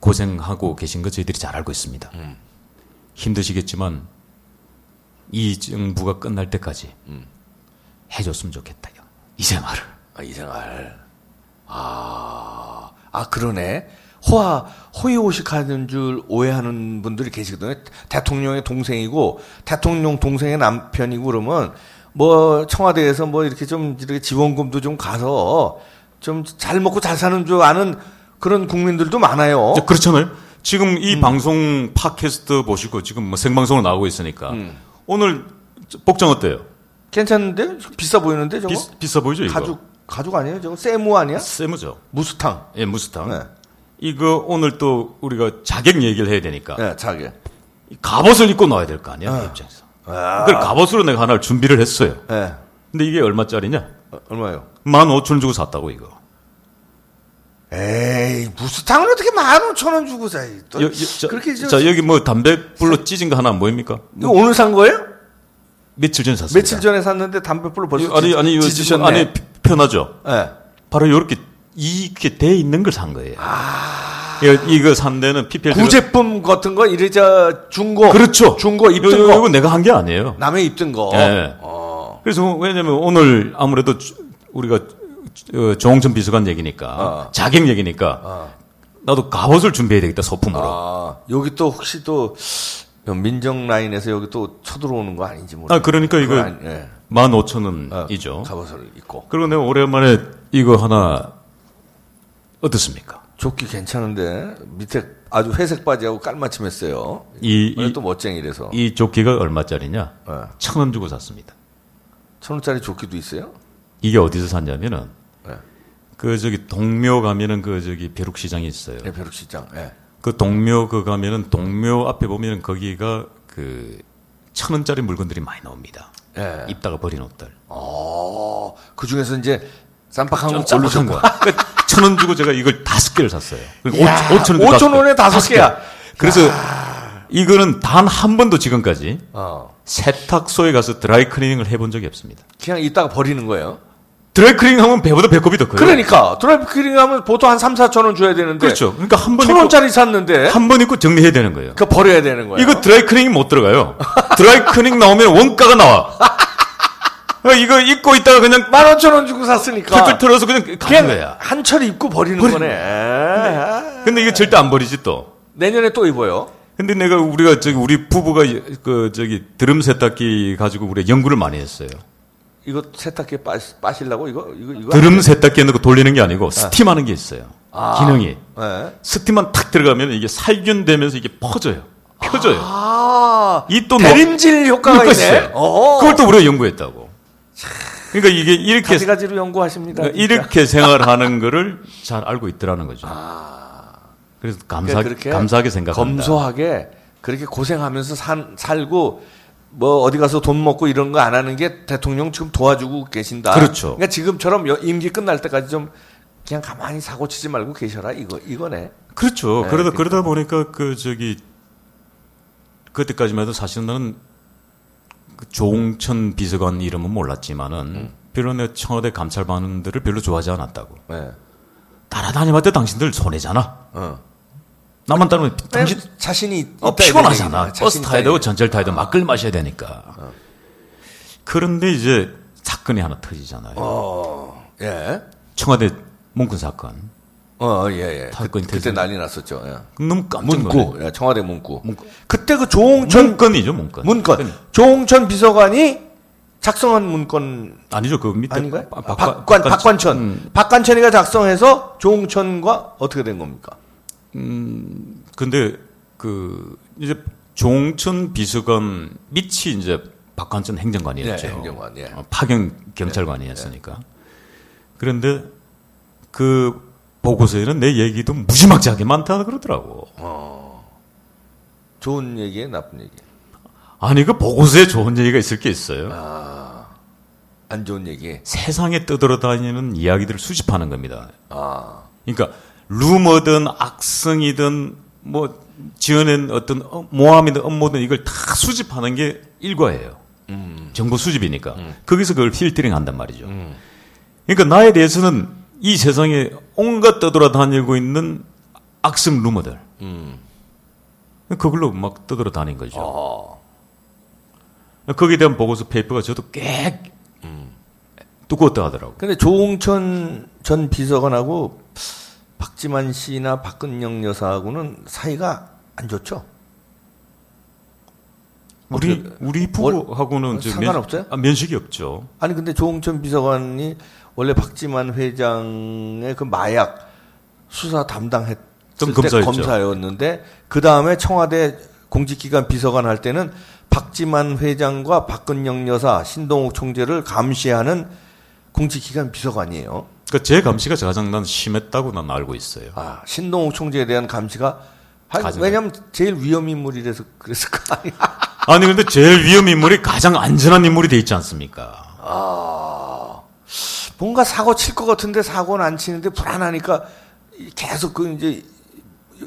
Speaker 3: 고생하고 계신 거 저희들이 잘 알고 있습니다.
Speaker 2: 음.
Speaker 3: 힘드시겠지만 이 정부가 끝날 때까지
Speaker 2: 음.
Speaker 3: 해줬으면 좋겠다요. 이 생활을.
Speaker 2: 아, 이 생활. 아, 아 그러네. 호화 호의호식하는 줄 오해하는 분들이 계시거든요. 대통령의 동생이고 대통령 동생의 남편이고 그러면 뭐 청와대에서 뭐 이렇게 좀 이렇게 지원금도 좀 가서 좀 잘 먹고 잘 사는 줄 아는 그런 국민들도 많아요.
Speaker 3: 이제 그렇잖아요. 지금
Speaker 2: 음.
Speaker 3: 이 방송 팟캐스트 보시고 지금 뭐 생방송으로 나오고 있으니까
Speaker 2: 음.
Speaker 3: 오늘 저- 복장 어때요?
Speaker 2: 괜찮은데 비싸 보이는데 저거
Speaker 3: 비, 싸 보이죠 이거?
Speaker 2: 가죽 가죽 아니에요? 저거 세무 아니야?
Speaker 3: 세무죠.
Speaker 2: 무스탕.
Speaker 3: 예, 무스탕.
Speaker 2: 네,
Speaker 3: 이거 오늘 또 우리가 자격 얘기를 해야 되니까
Speaker 2: 네 자기.
Speaker 3: 이 갑옷을 입고 나와야 될 거 아니야 내 입장에서. 그걸 갑옷으로 내가 하나를 준비를 했어요.
Speaker 2: 네,
Speaker 3: 근데 이게 예. 얼마짜리냐?
Speaker 2: 어, 얼마요?
Speaker 3: 15,000원 주고 샀다고 이거.
Speaker 2: 에이 무스탕을 어떻게 만 오천 원 주고 사이 또
Speaker 3: 여, 여, 자,
Speaker 2: 아, 그렇게 저,
Speaker 3: 자 여기 뭐 담배 불로 찢은 거 하나 보입니까?
Speaker 2: 이거 오늘 산 거예요?
Speaker 3: 며칠 전에 샀습니다.
Speaker 2: 며칠 전에 샀는데 담배불로 벌써
Speaker 3: 이거 아니 아니 이거
Speaker 2: 지지셨네.
Speaker 3: 아니 피- 편하죠.
Speaker 2: 예.
Speaker 3: 바로 이렇게 이렇게 돼 있는 걸 산 거예요. 이거, 이거 산 데는 PPL
Speaker 2: 아. 구제품 같은 거 이래 저 중고
Speaker 3: 그렇죠.
Speaker 2: 중고 입던 거
Speaker 3: 이거 내가 한 게 아니에요.
Speaker 2: 남의 입던 거.
Speaker 3: 예.
Speaker 2: 어.
Speaker 3: 그래서 왜냐면 오늘 아무래도 주- 우리가 주- 어, 조홍천 비서관 얘기니까
Speaker 2: 어.
Speaker 3: 자객 얘기니까 나도 갑옷을 준비해야 되겠다 소품으로.
Speaker 2: 아 여기 또 혹시 또 민정 라인에서 여기 또 쳐들어오는 거 아닌지 모르겠
Speaker 3: 아 그러니까 이거
Speaker 2: 예.
Speaker 3: 15,000원이죠.
Speaker 2: 갑옷을 입고
Speaker 3: 그리고 내가 오랜만에 이거 하나 어떻습니까?
Speaker 2: 조끼 괜찮은데 밑에 아주 회색 바지하고 깔맞춤했어요.
Speaker 3: 이,
Speaker 2: 원래
Speaker 3: 이,
Speaker 2: 또 멋쟁이래서
Speaker 3: 이 조끼가 얼마짜리냐?
Speaker 2: 예.
Speaker 3: 천 원 주고 샀습니다.
Speaker 2: 천 원짜리 조끼도 있어요?
Speaker 3: 이게 어디서 샀냐면은
Speaker 2: 네.
Speaker 3: 그 저기 동묘 가면은 그 저기 벼룩시장이 있어요.
Speaker 2: 예, 벼룩시장. 예.
Speaker 3: 그 동묘 그 가면은 동묘 앞에 보면은 거기가 그 천 원짜리 물건들이 많이 나옵니다.
Speaker 2: 예.
Speaker 3: 입다가 버린 옷들.
Speaker 2: 어, 그 중에서 이제 쌈박한 거
Speaker 3: 깜짝 놀란 거야. 그 천원 주고 제가 이걸 다섯 개를 샀어요. 그
Speaker 2: 이야, 오천 원에 다섯 개야.
Speaker 3: 그래서 이거는 단 한 번도 지금까지
Speaker 2: 어,
Speaker 3: 세탁소에 가서 드라이 클리닝을 해본 적이 없습니다.
Speaker 2: 그냥 이따가 버리는 거예요.
Speaker 3: 드라이 클리닝 하면 배보다 배꼽이 더 커요.
Speaker 2: 그러니까 드라이브 클리닝 하면 보통 한 3, 4천 원 줘야 되는데
Speaker 3: 네. 그렇죠. 그러니까 한 번
Speaker 2: 천
Speaker 3: 입고
Speaker 2: 원짜리 샀는데
Speaker 3: 한 번 입고 정리해야 되는 거예요.
Speaker 2: 그거 버려야 되는 거예요.
Speaker 3: 이거 드라이 클리닝 못 들어가요. 드라이 클리닝 나오면 원가가 나와. 그러니까 이거 입고 있다가 그냥
Speaker 2: 만 오천 원 주고 샀으니까
Speaker 3: 툴툴 털어서 그냥 가는
Speaker 2: 그냥
Speaker 3: 거야.
Speaker 2: 한철 입고 버리는 거네. 아,
Speaker 3: 근데 이거 절대 안 버리지 또.
Speaker 2: 내년에 또 입어요.
Speaker 3: 근데 내가 우리가 저기 우리 부부가 그 저기 드럼 세탁기 가지고 우리 가 연구를 많이 했어요.
Speaker 2: 이거 세탁기에 빠, 빠시려고 이거 이거 이거.
Speaker 3: 드럼 세탁기에 넣고 돌리는 게 아니고 스팀하는 게 있어요.
Speaker 2: 아.
Speaker 3: 기능이.
Speaker 2: 예.
Speaker 3: 스팀만 탁 들어가면 이게 살균되면서 이게 퍼져요. 펴져요.
Speaker 2: 아,
Speaker 3: 이 또
Speaker 2: 대림질 효과가 있네. 어,
Speaker 3: 그걸 또 우리가 연구했다고. 그러니까 이게 이렇게
Speaker 2: 가지 가지로 연구하십니다.
Speaker 3: 그러니까
Speaker 2: 진짜.
Speaker 3: 이렇게 생활하는 거를 잘 알고 있더라는 거죠. 그래서 감사
Speaker 2: 아. 그러니까 그렇게
Speaker 3: 감사하게 생각한다.
Speaker 2: 검소하게 그렇게 고생하면서 산, 살고 뭐 어디 가서 돈 먹고 이런 거 안 하는 게 대통령 지금 도와주고 계신다.
Speaker 3: 그렇죠.
Speaker 2: 러니까 지금처럼 여- 임기 끝날 때까지 좀 그냥 가만히 사고 치지 말고 계셔라 이거 이거네.
Speaker 3: 그렇죠.
Speaker 2: 네,
Speaker 3: 그러다
Speaker 2: 그러니까.
Speaker 3: 그러다 보니까 그 저기 그때까지만 해도 사실은 나는 그 조홍천 비서관 이름은 몰랐지만은
Speaker 2: 음.
Speaker 3: 별로 내 청와대 감찰반들을 별로 좋아하지 않았다고.
Speaker 2: 네.
Speaker 3: 따라다녀봤자 당신들 손해잖아.
Speaker 2: 어.
Speaker 3: 나만 따르면 피- 당신
Speaker 2: 당신 자신이 있다
Speaker 3: 어,
Speaker 2: 이런
Speaker 3: 피곤하잖아.
Speaker 2: 얘기구나.
Speaker 3: 버스
Speaker 2: 자신이 어.
Speaker 3: 타야
Speaker 2: 있다
Speaker 3: 되고 전철 타야 되고 막걸리 마셔야 되니까. 그런데 이제 사건이 하나 터지잖아요.
Speaker 2: 어. 얘기. 예.
Speaker 3: 청와대 문건 사건.
Speaker 2: 어, 예, 예.
Speaker 3: 탈
Speaker 2: 그,
Speaker 3: 건
Speaker 2: 그때
Speaker 3: 태산.
Speaker 2: 난리 났었죠. 예.
Speaker 3: 너무 깜짝 놀랐어요.
Speaker 2: 문구. 예, 청와대 문구. 네.
Speaker 3: 문구.
Speaker 2: 그때 그 조홍천
Speaker 3: 문건이죠, 문건.
Speaker 2: 문건. 조홍천 비서관이 작성한 문건
Speaker 3: 아니죠, 그 밑에
Speaker 2: 아닌가요?
Speaker 3: 바- 바- 바-
Speaker 2: 박관,
Speaker 3: 바깥-
Speaker 2: 박관천. 음. 박관천이가 작성해서 조홍천과 어떻게 된 겁니까?
Speaker 3: 근데 그 이제 종천 비서관 밑이 이제 박관천 행정관이었죠.
Speaker 2: 네, 행정관, 예.
Speaker 3: 어, 파견 경찰관이었으니까. 그런데 그 보고서에는 내 얘기도 무지막지하게 많다 그러더라고.
Speaker 2: 좋은 얘기에 나쁜 얘기.
Speaker 3: 아니 그 보고서에 좋은 얘기가 있을 게 있어요.
Speaker 2: 안 좋은 얘기.
Speaker 3: 세상에 떠돌아다니는 이야기들을 수집하는 겁니다.
Speaker 2: 아.
Speaker 3: 그러니까 루머든 악성이든 뭐 지어낸 어떤 어- 모함이든 업무든 이걸 다 수집하는 게 일과예요.
Speaker 2: 음.
Speaker 3: 정보 수집이니까 거기서 그걸 필터링 한단 말이죠. 그러니까 나에 대해서는 이 세상에 온갖 떠돌아다니고 있는 악성 루머들
Speaker 2: 음.
Speaker 3: 그걸로 막 떠돌아다닌 거죠.
Speaker 2: 아.
Speaker 3: 거기에 대한 보고서 페이퍼가 저도 꽤
Speaker 2: 음.
Speaker 3: 두꺼웠다 하더라고.
Speaker 2: 근데 조홍천 전 비서관하고 박지만 씨나 박근영 여사하고는 사이가 안 좋죠?
Speaker 3: 우리
Speaker 2: 어떻게-
Speaker 3: 우리 부부하고는 저
Speaker 2: 상관없어요?
Speaker 3: 면, 아, 면식이 없죠.
Speaker 2: 아니 근데 조홍천 비서관이 원래 박지만 회장의 그 마약 수사 담당했을
Speaker 3: 좀
Speaker 2: 때
Speaker 3: 검사였죠.
Speaker 2: 검사였는데 그 다음에 청와대 공직기관 비서관 할 때는 박지만 회장과 박근영 여사 신동욱 총재를 감시하는 공직기관 비서관이에요.
Speaker 3: 그러니까 제 감시가 가장 난 심했다고 난 알고 있어요.
Speaker 2: 아 신동욱 총재에 대한 감시가 하-
Speaker 3: 가장-
Speaker 2: 왜냐면 제일 위험 인물이라서 그랬을 거 아니야.
Speaker 3: 아니 근데 제일 위험 인물이 가장 안전한 인물이 돼 있지 않습니까?
Speaker 2: 뭔가 사고 칠 것 같은데 사고는 안 치는데 불안하니까 계속 그 이제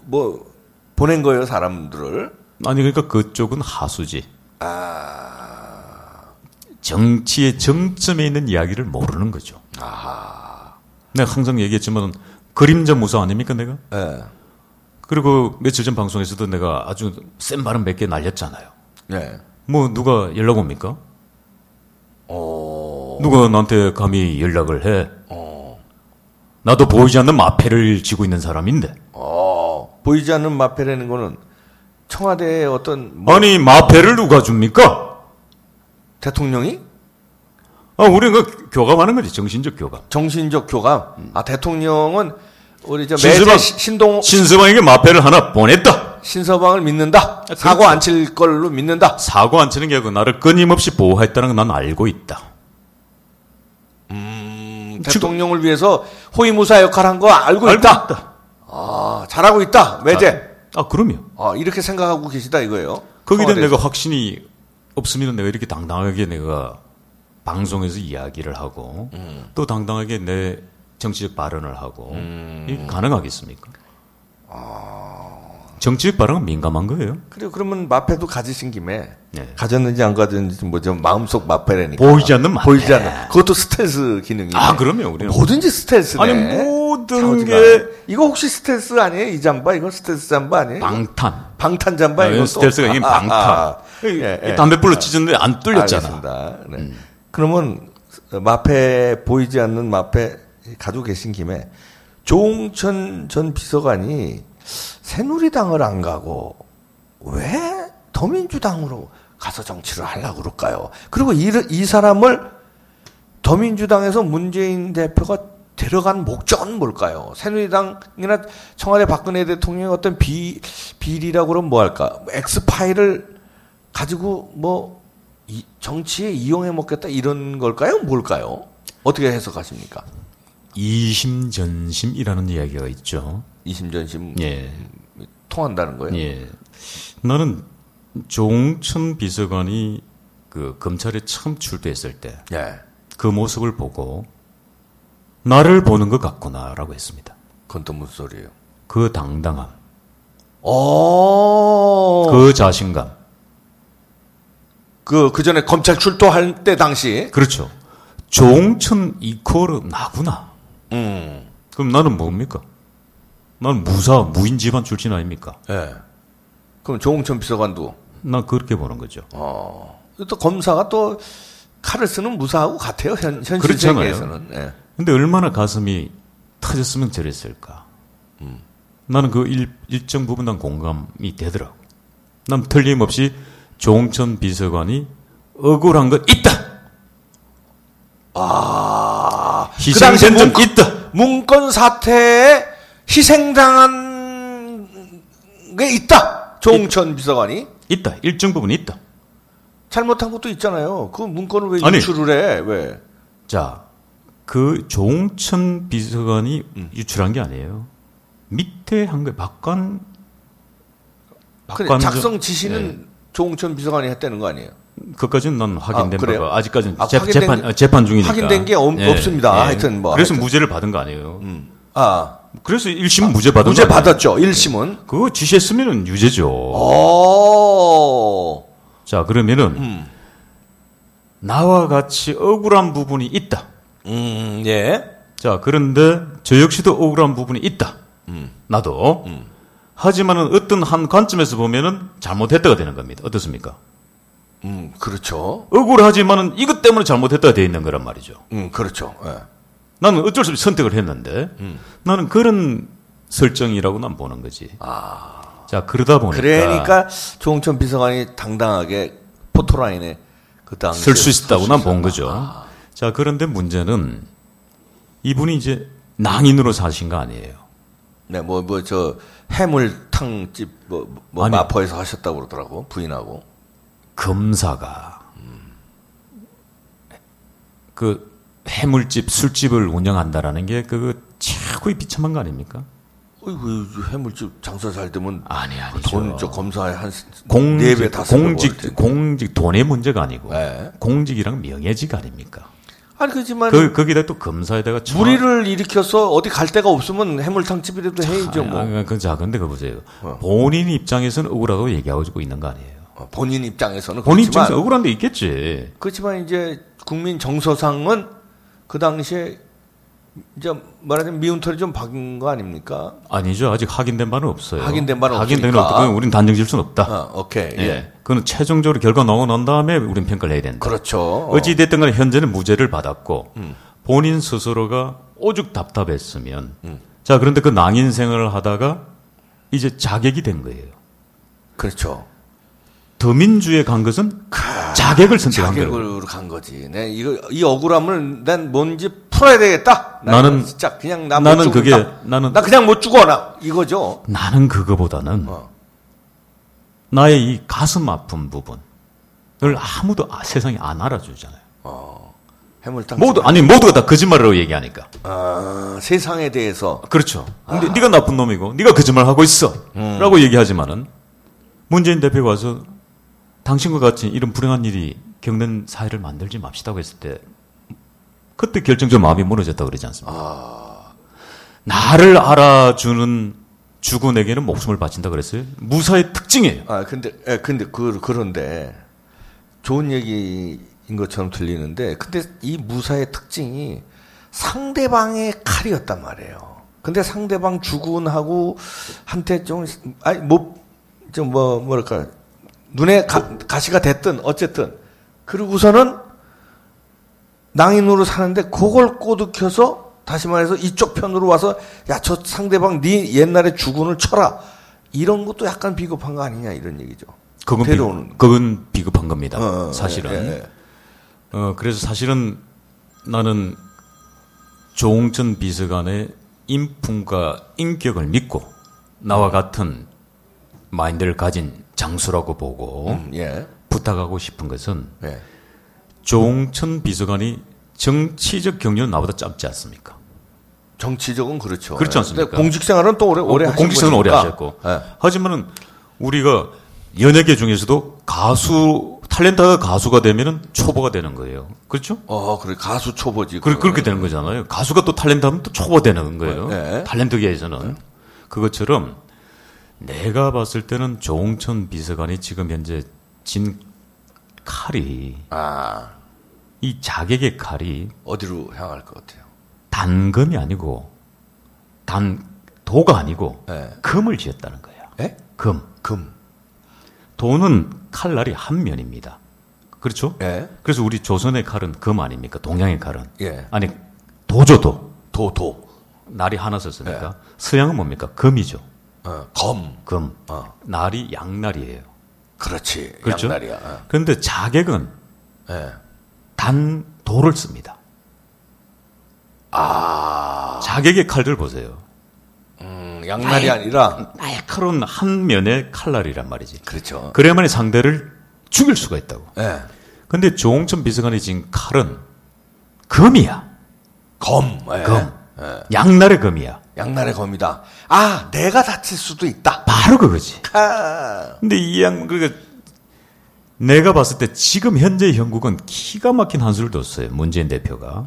Speaker 2: 뭐 보낸 거예요 사람들을.
Speaker 3: 아니 그러니까 그쪽은 하수지.
Speaker 2: 아,
Speaker 3: 정치의 정점에 있는 이야기를 모르는 거죠. 내가 항상 얘기했지만 그림자 무사 아닙니까 내가?
Speaker 2: 예.
Speaker 3: 그리고 며칠 전 방송에서도 내가 아주 센 발언 몇 개 날렸잖아요.
Speaker 2: 예.
Speaker 3: 뭐 누가 연락 옵니까?
Speaker 2: 어,
Speaker 3: 누가 나한테 감히 연락을 해? 나도 보이지 않는 마패를 지고 있는 사람인데.
Speaker 2: 어, 보이지 않는 마패라는 거는 청와대의 어떤 뭐
Speaker 3: 아니 마패를 누가 줍니까?
Speaker 2: 대통령이
Speaker 3: 아, 우리는 그 교감하는 거지 정신적 교감.
Speaker 2: 정신적 교감. 아 대통령은 우리 저
Speaker 3: 신수방.
Speaker 2: 매제 시- 신동
Speaker 3: 신서방에게 마패를 하나 보냈다.
Speaker 2: 신서방을 믿는다. 사고 안 칠 걸로 믿는다.
Speaker 3: 사고 안 치는 게 아니고 나를 끊임없이 보호했다는 건 난 알고 있다.
Speaker 2: 음, 대통령을 위해서 호위무사 역할 한 거 알고
Speaker 3: 알고
Speaker 2: 있다. 아 잘하고 있다. 매제.
Speaker 3: 아, 그럼요.
Speaker 2: 아, 이렇게 생각하고 계시다 이거예요. 어, 네.
Speaker 3: 거기에 대한
Speaker 2: 청와대에서.
Speaker 3: 내가 확신이 없으면 내가 이렇게 당당하게 내가 방송에서 이야기를 하고
Speaker 2: 음.
Speaker 3: 또 당당하게 내 정치적 발언을 하고
Speaker 2: 음.
Speaker 3: 이게 가능하겠습니까?
Speaker 2: 아.
Speaker 3: 정치적 발언은 민감한 거예요.
Speaker 2: 그리고 그러면 마패도 가지신 김에
Speaker 3: 네.
Speaker 2: 가졌는지 안 가졌는지 뭐 좀 마음속 마패라니까.
Speaker 3: 보이지 않는 마패.
Speaker 2: 보이지 않는. 그것도 스텔스 기능이.
Speaker 3: 아, 그럼요, 우리는.
Speaker 2: 뭐든지 스텔스네.
Speaker 3: 아니, 모든
Speaker 2: 사오지가
Speaker 3: 게-
Speaker 2: 않아요. 이거 혹시 스텔스 아니에요? 이 잠바 이거 스텔스 잠바 아니에요?
Speaker 3: 방탄.
Speaker 2: 탄 잠바
Speaker 3: 아,
Speaker 2: 이거
Speaker 3: 스텔스가 이게 방탄.
Speaker 2: 예, 예.
Speaker 3: 담배불로 찢었는데 안 뚫렸잖아. 음.
Speaker 2: 알겠습니다. 네. 그러면 마패 보이지 않는 마패 가지고 계신 김에 조홍천 전 비서관이 새누리당을 안 가고 왜 더민주당으로 가서 정치를 하려고 그럴까요? 그리고 이, 이 사람을 더민주당에서 문재인 대표가 데려간 목적은 뭘까요? 새누리당이나 청와대 박근혜 대통령의 어떤 비, 비리라고 그러면 뭐할까? 엑스파일을 가지고 뭐 이- 정치에 이용해 먹겠다 이런 걸까요? 뭘까요? 어떻게 해석하십니까?
Speaker 3: 이심전심이라는 이야기가 있죠.
Speaker 2: 이심전심
Speaker 3: 예.
Speaker 2: 통한다는 거예요?
Speaker 3: 예. 나는 조홍천 비서관이 그 검찰에 처음 출두했을 때 그
Speaker 2: 예.
Speaker 3: 모습을 보고 나를 보는 것 같구나라고 했습니다.
Speaker 2: 그건 또 무슨 소리예요?
Speaker 3: 그 당당함,
Speaker 2: 어.
Speaker 3: 그 자신감,
Speaker 2: 그, 그 전에 검찰 출두할 때 당시.
Speaker 3: 그렇죠. 조홍천 이퀄 나구나.
Speaker 2: 음.
Speaker 3: 그럼 나는 뭡니까? 나는 무사 무인 집안 출신 아닙니까?
Speaker 2: 예. 그럼 조홍천 비서관도,
Speaker 3: 난 그렇게 보는 거죠.
Speaker 2: 어. 또 검사가 또 칼을 쓰는 무사하고 같아요. 현, 현실
Speaker 3: 그렇잖아요.
Speaker 2: 세계에서는. 예.
Speaker 3: 근데 얼마나 가슴이 터졌으면 저랬을까.
Speaker 2: 음.
Speaker 3: 나는 그 일, 일정 부분 난 공감이 되더라고. 난 틀림없이 조홍천 비서관이 억울한 건 있다. 아,
Speaker 2: 그 당시에
Speaker 3: 희생된 점
Speaker 2: 뭔가-
Speaker 3: 있다.
Speaker 2: 문건 사태에 희생당한 게 있다. 조홍천 비서관이.
Speaker 3: 있다. 일정 부분 있다.
Speaker 2: 잘못한 것도 있잖아요. 그 문건을 왜
Speaker 3: 아니.
Speaker 2: 유출을 해? 왜?
Speaker 3: 자, 그 조홍천 비서관이
Speaker 2: 음.
Speaker 3: 유출한 게 아니에요. 밑에 한 거 박관
Speaker 2: 근데
Speaker 3: 박관정- 네.
Speaker 2: 작성 지시는 조홍천 비서관이 했다는 거 아니에요?
Speaker 3: 그것까지는 난 확인된
Speaker 2: 아, 그래요?
Speaker 3: 바가 아직까지는
Speaker 2: 아,
Speaker 3: 재,
Speaker 2: 확인된
Speaker 3: 판
Speaker 2: 게-
Speaker 3: 재판 중이니까 예.
Speaker 2: 확인된 게 없- 없습니다. 하여튼 뭐
Speaker 3: 그래서
Speaker 2: 하여튼.
Speaker 3: 무죄를 받은 거 아니에요.
Speaker 2: 아,
Speaker 3: 그래서 1심 은 무죄 음. 받은
Speaker 2: 무죄
Speaker 3: 거 아니에요?
Speaker 2: 받았죠. 1심은.
Speaker 3: 그거 지시했으면은 유죄죠.
Speaker 2: 어.
Speaker 3: 자 그러면은
Speaker 2: 음.
Speaker 3: 나와 같이 억울한 부분이 있다.
Speaker 2: 음, 예.
Speaker 3: 자 그런데 저 역시도 억울한 부분이 있다.
Speaker 2: 음.
Speaker 3: 나도. 하지만은 어떤 한 관점에서 보면은 잘못했다가 되는 겁니다. 어떻습니까?
Speaker 2: 음, 그렇죠.
Speaker 3: 억울하지만은 이것 때문에 잘못했다가 돼 있는 거란 말이죠.
Speaker 2: 음, 그렇죠. 예.
Speaker 3: 나는 어쩔 수 없이 선택을 했는데 나는 그런 설정이라고 난 보는 거지. 자 아. 그러다 보니까
Speaker 2: 그러니까 조홍천 비서관이 당당하게 포토라인에 그 당시
Speaker 3: 설 수 있다고 난 본 거죠. 자 그런데 문제는 이분이 이제 낭인으로 사신 거 아니에요.
Speaker 2: 네, 뭐 뭐 저 해물탕집 뭐, 뭐
Speaker 3: 아니.
Speaker 2: 마포에서 하셨다고 그러더라고. 부인하고.
Speaker 3: 검사가 그 해물집 술집을 운영한다라는 게 그거 최고의 비참한 거 아닙니까?
Speaker 2: 어이구, 이 해물집 장사 잘 되면
Speaker 3: 아니 아니죠.
Speaker 2: 돈 저 검사에 한 네 배
Speaker 3: 공직
Speaker 2: 다섯 배 먹을
Speaker 3: 공직
Speaker 2: 텐데.
Speaker 3: 공직 돈의 문제가 아니고
Speaker 2: 네.
Speaker 3: 공직이랑 명예직 아닙니까?
Speaker 2: 아니 그지만
Speaker 3: 그 거기다 또 검사에다가 청-
Speaker 2: 무리를 일으켜서 어디 갈 데가 없으면 해물탕집이라도 해야죠
Speaker 3: 아니,
Speaker 2: 뭐
Speaker 3: 아니, 그, 자, 근데 그 보세요. 본인 입장에서는 억울하다고 얘기하고 있는 거 아니에요.
Speaker 2: 어, 본인 입장에서는
Speaker 3: 본인
Speaker 2: 그렇지만
Speaker 3: 입장에서 억울한 데 있겠지.
Speaker 2: 그렇지만 이제 국민 정서상은 그 당시에 이제 말하자면 미운털이 좀 박은 거 아닙니까?
Speaker 3: 아니죠. 아직 확인된 바는 없어요.
Speaker 2: 확인된 바는
Speaker 3: 확인된
Speaker 2: 없으니까.
Speaker 3: 없다. 그건 우린 단정질 수는 없다.
Speaker 2: 어, 오케이
Speaker 3: 예.
Speaker 2: 예.
Speaker 3: 그건 최종적으로 결과 나오고 난 다음에 우린 평가를 해야 된다.
Speaker 2: 그렇죠. 음. 어.
Speaker 3: 어찌됐든 간에 현재는 무죄를 받았고, 본인 스스로가 오죽 답답했으면,
Speaker 2: 음.
Speaker 3: 자, 그런데 그 낭인 생활을 하다가 이제 자객이 된 거예요.
Speaker 2: 그렇죠.
Speaker 3: 더민주에 간 것은 자객을 선택한 거예요.
Speaker 2: 자격으로 간 거지. 내 이거 이 억울함을 난 뭔지 풀어야 되겠다. 난
Speaker 3: 나는-
Speaker 2: 이거 진짜 그냥 나못
Speaker 3: 나는
Speaker 2: 죽는다.
Speaker 3: 그게- 나는-
Speaker 2: 나 그냥 못 죽어 나 이거죠.
Speaker 3: 나는 그거보다는
Speaker 2: 어.
Speaker 3: 나의 이 가슴 아픈 부분을 아무도 아- 세상에 안 알아주잖아요.
Speaker 2: 해물탕
Speaker 3: 모두 아니 모두가 다 거짓말이라고 얘기하니까.
Speaker 2: 아, 세상에 대해서
Speaker 3: 그렇죠. 근데 네가 나쁜 놈이고 네가 거짓말 하고
Speaker 2: 음.
Speaker 3: 있어라고 얘기하지만은 문재인 대표가 와서 당신과 같이 이런 불행한 일이 겪는 사회를 만들지 맙시다고 했을 때 그때 결정적 마음이 무너졌다 그러지 않습니까?
Speaker 2: 아.
Speaker 3: 나를 알아주는 주군에게는 목숨을 바친다 그랬어요. 무사의 특징이에요.
Speaker 2: 아 근데 예, 근데 그 그런데 좋은 얘기인 것처럼 들리는데 근데 이 무사의 특징이 상대방의 칼이었단 말이에요. 근데 상대방 주군하고 한테 좀 아니 뭐좀뭐 뭐랄까 눈에 가, 가시가 됐든 어쨌든 그러고서는 낭인으로 사는데 그걸 꼬드켜서 다시 말해서 이쪽 편으로 와서 야 저 상대방 네 옛날에 주군을 쳐라 이런 것도 약간 비겁한 거 아니냐 이런 얘기죠.
Speaker 3: 그건, 비,
Speaker 2: 데려오는
Speaker 3: 그건 비겁한 겁니다.
Speaker 2: 어, 어,
Speaker 3: 사실은.
Speaker 2: 예, 예.
Speaker 3: 어, 그래서 사실은 나는 조홍천 비서관의 인품과 인격을 믿고 나와 같은 마인드를 가진 장수라고 보고
Speaker 2: 음, 예.
Speaker 3: 부탁하고 싶은 것은
Speaker 2: 예.
Speaker 3: 조홍천 비서관이 정치적 경륜은 나보다 짧지 않습니까?
Speaker 2: 정치적은 그렇죠.
Speaker 3: 그렇지
Speaker 2: 예.
Speaker 3: 않습니까?
Speaker 2: 근데 공직생활은 또 오래 오래
Speaker 3: 어,
Speaker 2: 하신
Speaker 3: 공직선은 오래
Speaker 2: 거니까.
Speaker 3: 하셨고.
Speaker 2: 예.
Speaker 3: 하지만은 우리가 연예계 중에서도 가수 탤런트가 가수가 되면은 초보가 되는 거예요. 그렇죠?
Speaker 2: 어, 그래 가수 초보지.
Speaker 3: 그, 그렇게 되는 거잖아요. 가수가 또 탤런트 하면 또 초보되는 거예요.
Speaker 2: 네.
Speaker 3: 탤런트계에서는. 그것처럼 내가 봤을 때는 조홍천 비서관이 지금 현재 진 칼이
Speaker 2: 아
Speaker 3: 이 자객의 칼이
Speaker 2: 어디로 향할 것 같아요?
Speaker 3: 단검이 아니고 단 도가 아니고
Speaker 2: 네.
Speaker 3: 금을 지었다는 거야.
Speaker 2: 예?
Speaker 3: 금.
Speaker 2: 금.
Speaker 3: 도는 칼날이 한 면입니다. 그렇죠?
Speaker 2: 예.
Speaker 3: 그래서 우리 조선의 칼은 금 아닙니까? 동양의 칼은.
Speaker 2: 예.
Speaker 3: 아니 도조도
Speaker 2: 도, 도.
Speaker 3: 날이 하나 썼으니까 서양은 뭡니까? 금이죠.
Speaker 2: 어, 검.
Speaker 3: 금.
Speaker 2: 어.
Speaker 3: 날이 양날이에요.
Speaker 2: 그렇지.
Speaker 3: 그렇죠?
Speaker 2: 양날이야.
Speaker 3: 그런데 자객은
Speaker 2: 어. 예.
Speaker 3: 단 도를 씁니다.
Speaker 2: 아.
Speaker 3: 자객의 칼들 보세요.
Speaker 2: 음, 양날이 아니라.
Speaker 3: 날카로운 한 면의 칼날이란 말이지.
Speaker 2: 그렇죠.
Speaker 3: 그래야만 상대를 죽일 수가 있다고.
Speaker 2: 예.
Speaker 3: 근데 조홍천 비서관이 지금 칼은 금이야.
Speaker 2: 검. 예.
Speaker 3: 검.
Speaker 2: 예.
Speaker 3: 양날의 금이야.
Speaker 2: 양날의 검이다. 아, 내가 다칠 수도 있다.
Speaker 3: 바로 그거지.
Speaker 2: 아.
Speaker 3: 근데 이 양, 그러니까 내가 봤을 때 지금 현재 형국은 기가 막힌 한 수를 뒀어요. 문재인 대표가.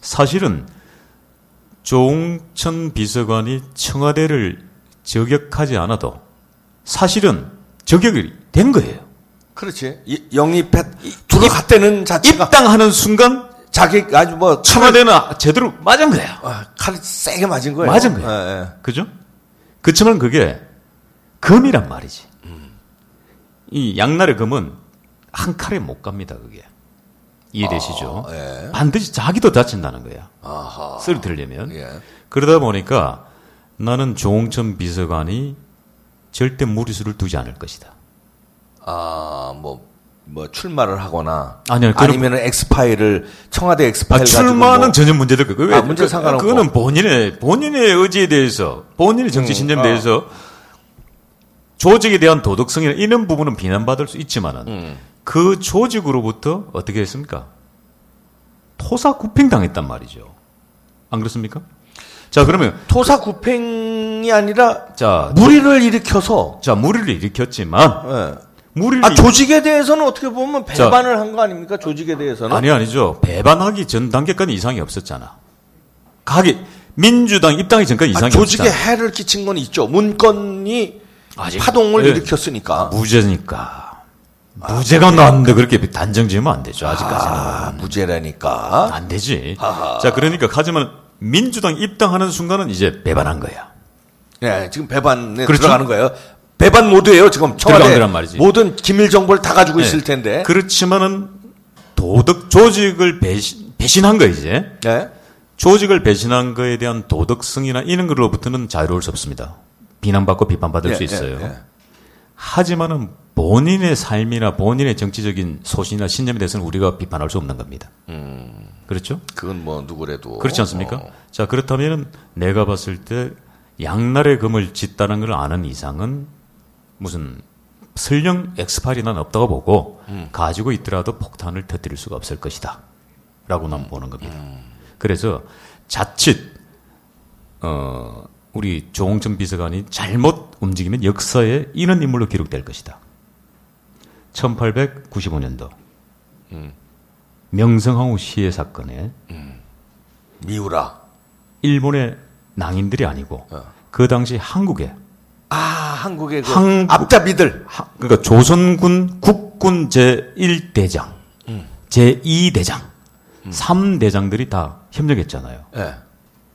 Speaker 3: 사실은 조홍천 비서관이 청와대를 저격하지 않아도 사실은 저격이 된 거예요.
Speaker 2: 그렇지. 이- 영입했, 들어갔다는 자체가.
Speaker 3: 입당하는 순간
Speaker 2: 자기, 아주 뭐,
Speaker 3: 청와대는 제대로 맞은 거예요.
Speaker 2: 아, 칼을 세게 맞은 거예요.
Speaker 3: 맞은 거예요.
Speaker 2: 예, 예.
Speaker 3: 그죠? 그렇지만 그게 금이란 말이지.
Speaker 2: 음.
Speaker 3: 이 양날의 금은 한 칼에 못 갑니다, 그게. 이해되시죠?
Speaker 2: 아, 예.
Speaker 3: 반드시 자기도 다친다는 거야.
Speaker 2: 아하.
Speaker 3: 쓰를 들려면.
Speaker 2: 예.
Speaker 3: 그러다 보니까 나는 조홍천 비서관이 절대 무리수를 두지 않을 것이다.
Speaker 2: 아, 뭐, 뭐, 출마를 하거나.
Speaker 3: 아니요, 그런-
Speaker 2: 아니면은 엑스파일을, 청와대
Speaker 3: 아,
Speaker 2: 엑스파일 가지고.
Speaker 3: 출마는
Speaker 2: 뭐-
Speaker 3: 전혀 문제될 거고. 왜?
Speaker 2: 아, 문제
Speaker 3: 그-
Speaker 2: 상관없고.
Speaker 3: 그거는 본인의, 본인의 의지에 대해서, 본인의 정치 신념에
Speaker 2: 아.
Speaker 3: 대해서 조직에 대한 도덕성이나 이런 부분은 비난받을 수
Speaker 2: 음.
Speaker 3: 있지만은 그 조직으로부터 어떻게 했습니까? 토사구팽 당했단 말이죠. 안 그렇습니까? 자, 그러면,
Speaker 2: 토사구팽이 아니라
Speaker 3: 자,
Speaker 2: 무리를 일으켜서
Speaker 3: 자, 무리를 일으켰지만,
Speaker 2: 예.
Speaker 3: 무리를.
Speaker 2: 아 조직에 대해서는 어떻게 보면
Speaker 3: 자.
Speaker 2: 배반을 한 거 아닙니까 조직에 대해서는
Speaker 3: 아니, 아니죠. 배반하기 전 단계까지 이상이 없었잖아. 가기, 민주당 입당하기
Speaker 2: 아,
Speaker 3: 전까지 이상이
Speaker 2: 조직에
Speaker 3: 없었잖아.
Speaker 2: 해를 끼친 건 있죠 문건이
Speaker 3: 아직-
Speaker 2: 파동을
Speaker 3: 예.
Speaker 2: 일으켰으니까
Speaker 3: 무죄니까. 무죄가 나왔는데 그렇게 단정 지으면 안 되죠. 아, 아직까지는.
Speaker 2: 아 무죄라니까
Speaker 3: 안 되지. 자, 그러니까 하지만 민주당 입당하는 순간은 이제 배반한 거야.
Speaker 2: 예 지금 배반에
Speaker 3: 그렇죠.
Speaker 2: 들어가는 거예요 배반 모드예요 지금
Speaker 3: 들어간
Speaker 2: 청와대
Speaker 3: 거란 말이지.
Speaker 2: 모든 기밀 정보를 다 가지고
Speaker 3: 네.
Speaker 2: 있을 텐데
Speaker 3: 그렇지만은 도덕 조직을 배신, 배신한 거야, 이제.
Speaker 2: 예.
Speaker 3: 조직을 배신한 거에 대한 도덕성이나 이런 걸로부터는 자유로울 수 없습니다. 비난받고 비판받을
Speaker 2: 예,
Speaker 3: 수
Speaker 2: 예,
Speaker 3: 있어요.
Speaker 2: 예.
Speaker 3: 하지만은 본인의 삶이나 본인의 정치적인 소신이나 신념에 대해서는 우리가 비판할 수 없는 겁니다.
Speaker 2: 음.
Speaker 3: 그렇죠?
Speaker 2: 그건 뭐 누구래도
Speaker 3: 그렇지 않습니까?
Speaker 2: 어.
Speaker 3: 자, 그렇다면 내가 봤을 때 양날의 금을 짓다는 걸 아는 이상은 무슨 설령 엑스파일이 난 없다고 보고
Speaker 2: 음.
Speaker 3: 가지고 있더라도 폭탄을 터뜨릴 수가 없을 것이다. 라고
Speaker 2: 음.
Speaker 3: 난 보는 겁니다. 그래서 자칫, 어, 우리 조홍천 비서관이 잘못 움직이면 역사에 이런 인물로 기록될 것이다. 1895년도
Speaker 2: 음.
Speaker 3: 명성황후 시해 사건에
Speaker 2: 미우라
Speaker 3: 일본의 낭인들이 아니고
Speaker 2: 어.
Speaker 3: 그 당시 한국에
Speaker 2: 아 한국의 그
Speaker 3: 한국-
Speaker 2: 앞잡이들
Speaker 3: 하- 그러니까 조선군 국군 제1대장, 제2대장, 삼 3대장들이 다 협력했잖아요.
Speaker 2: 예.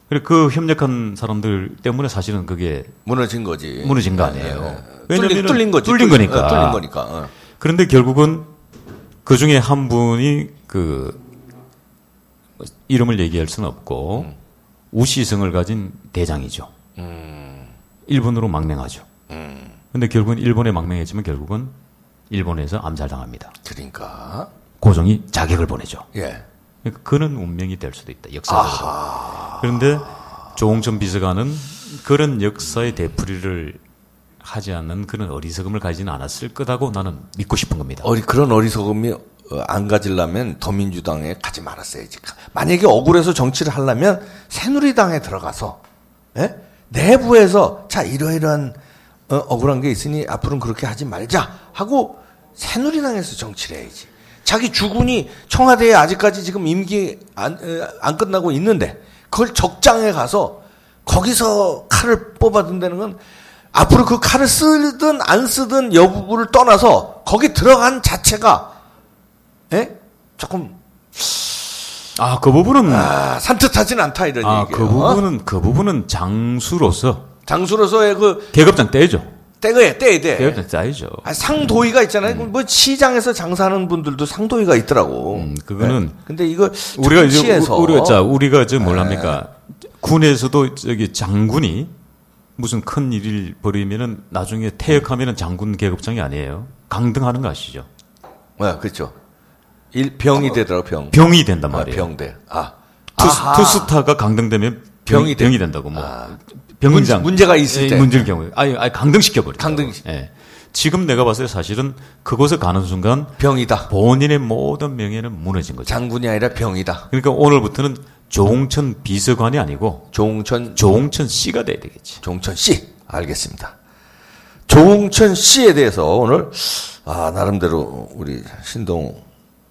Speaker 3: 그리고 그 협력한 사람들 때문에 사실은 그게
Speaker 2: 무너진 거지
Speaker 3: 무너진 거
Speaker 2: 예, 예,
Speaker 3: 아니에요.
Speaker 2: 예. 뚫린,
Speaker 3: 왜냐면은
Speaker 2: 뚫린 거지
Speaker 3: 뚫린 거니까.
Speaker 2: 어, 뚫린 거니까 어.
Speaker 3: 그런데 결국은 그 중에 한 분이 그 이름을 얘기할 수는 없고 우시성을 가진 대장이죠. 일본으로 망명하죠. 그런데 결국은 일본에 망명했지만 결국은 일본에서 암살당합니다.
Speaker 2: 그러니까
Speaker 3: 고종이 자객을 보내죠.
Speaker 2: 예.
Speaker 3: 그러니까 그는 운명이 될 수도 있다. 역사적으로. 그런데 조홍천 비서관은 그런 역사의 되풀이를 하지 않는 그런 어리석음을 가지는 않았을 거라고 나는 믿고 싶은 겁니다.
Speaker 2: 어리 그런 어리석음이 어, 안 가지려면 더민주당에 가지 말았어야지. 만약에 억울해서 정치를 하려면 새누리당에 들어가서 예? 내부에서 자 이러이러한 어, 억울한 게 있으니 앞으로는 그렇게 하지 말자 하고 새누리당에서 정치를 해야지. 자기 주군이 청와대에 아직까지 지금 임기 안, 에, 안 끝나고 있는데 그걸 적장에 가서 거기서 칼을 뽑아둔다는 건 앞으로 그 칼을 쓰든 안 쓰든 여부를 떠나서 거기 들어간 자체가 예? 조금
Speaker 3: 아, 그 부분은
Speaker 2: 아, 산뜻하진 않다 이런
Speaker 3: 아,
Speaker 2: 얘기예요. 어?
Speaker 3: 그 부분은 그 부분은 장수로서
Speaker 2: 장수로서의 그
Speaker 3: 계급장 떼죠.
Speaker 2: 때그에 때에 대.
Speaker 3: 계급장 짜이죠.
Speaker 2: 네. 아, 상도의가 있잖아요. 그뭐 시장에서 장사하는 분들도 상도의가 있더라고.
Speaker 3: 음, 그거는
Speaker 2: 네. 근데 이거
Speaker 3: 우리가 이제
Speaker 2: 정치에서 네.
Speaker 3: 우- 우리가 자 우리가 지금 뭘 합니까? 군에서도 저기 장군이 무슨 큰 일을 벌이면은 나중에 퇴역하면은 장군 계급장이 아니에요. 강등하는 거 아시죠?
Speaker 2: 네, 그렇죠. 일 병이 되더라고 병.
Speaker 3: 아, 병이 된단
Speaker 2: 아,
Speaker 3: 말이에요.
Speaker 2: 병대. 아. 아하.
Speaker 3: 투, 스타가 강등되면 병이,
Speaker 2: 병이 된-
Speaker 3: 병이 된다고 뭐
Speaker 2: 아.
Speaker 3: 병인장
Speaker 2: 문- 문제가 있을
Speaker 3: 예,
Speaker 2: 때.
Speaker 3: 문제일 경우에 아니 아니 강등시켜 버려
Speaker 2: 강등-
Speaker 3: 예. 지금 내가 봤을 때 사실은 그곳에 가는 순간
Speaker 2: 병이다.
Speaker 3: 본인의 모든 명예는 무너진 거죠.
Speaker 2: 장군이 아니라 병이다.
Speaker 3: 그러니까 오늘부터는 조홍천 비서관이 아니고
Speaker 2: 조홍천
Speaker 3: 조홍천 씨가 돼야 되겠지.
Speaker 2: 조홍천 씨 알겠습니다. 조홍천 씨에 대해서 오늘 아 나름대로 우리 신동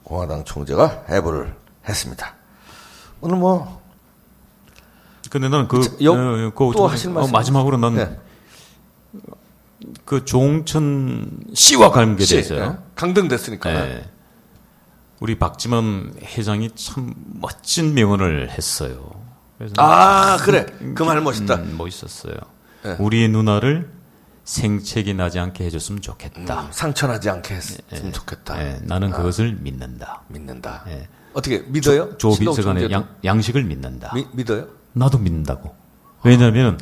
Speaker 2: 공화당 총재가 해부를 했습니다. 오늘 뭐
Speaker 3: 근데 나는 그,
Speaker 2: 자, 여-
Speaker 3: 어, 그
Speaker 2: 또
Speaker 3: 좀-
Speaker 2: 하실
Speaker 3: 어,
Speaker 2: 말씀?
Speaker 3: 마지막으로 나는
Speaker 2: 네.
Speaker 3: 그 조홍천 씨와 관계돼서요.
Speaker 2: 네. 강등 됐으니까.
Speaker 3: 예. 우리 박지만 회장이 참 멋진 명언을 했어요. 그래서
Speaker 2: 아 그래 그 말 멋있다.
Speaker 3: 음, 멋있었어요.
Speaker 2: 예.
Speaker 3: 우리의 누나를 생채기 나지 않게 해줬으면 좋겠다.
Speaker 2: 상처나지 않게
Speaker 3: 네,
Speaker 2: 했으면 좋겠다.
Speaker 3: 예, 나는
Speaker 2: 아.
Speaker 3: 그것을 믿는다.
Speaker 2: 믿는다.
Speaker 3: 예.
Speaker 2: 어떻게 믿어요?
Speaker 3: 조
Speaker 2: 신동
Speaker 3: 비서관의
Speaker 2: 총재도
Speaker 3: 양, 양식을 믿는다.
Speaker 2: 미- 믿어요?
Speaker 3: 나도 아, 믿는다고. 왜냐하면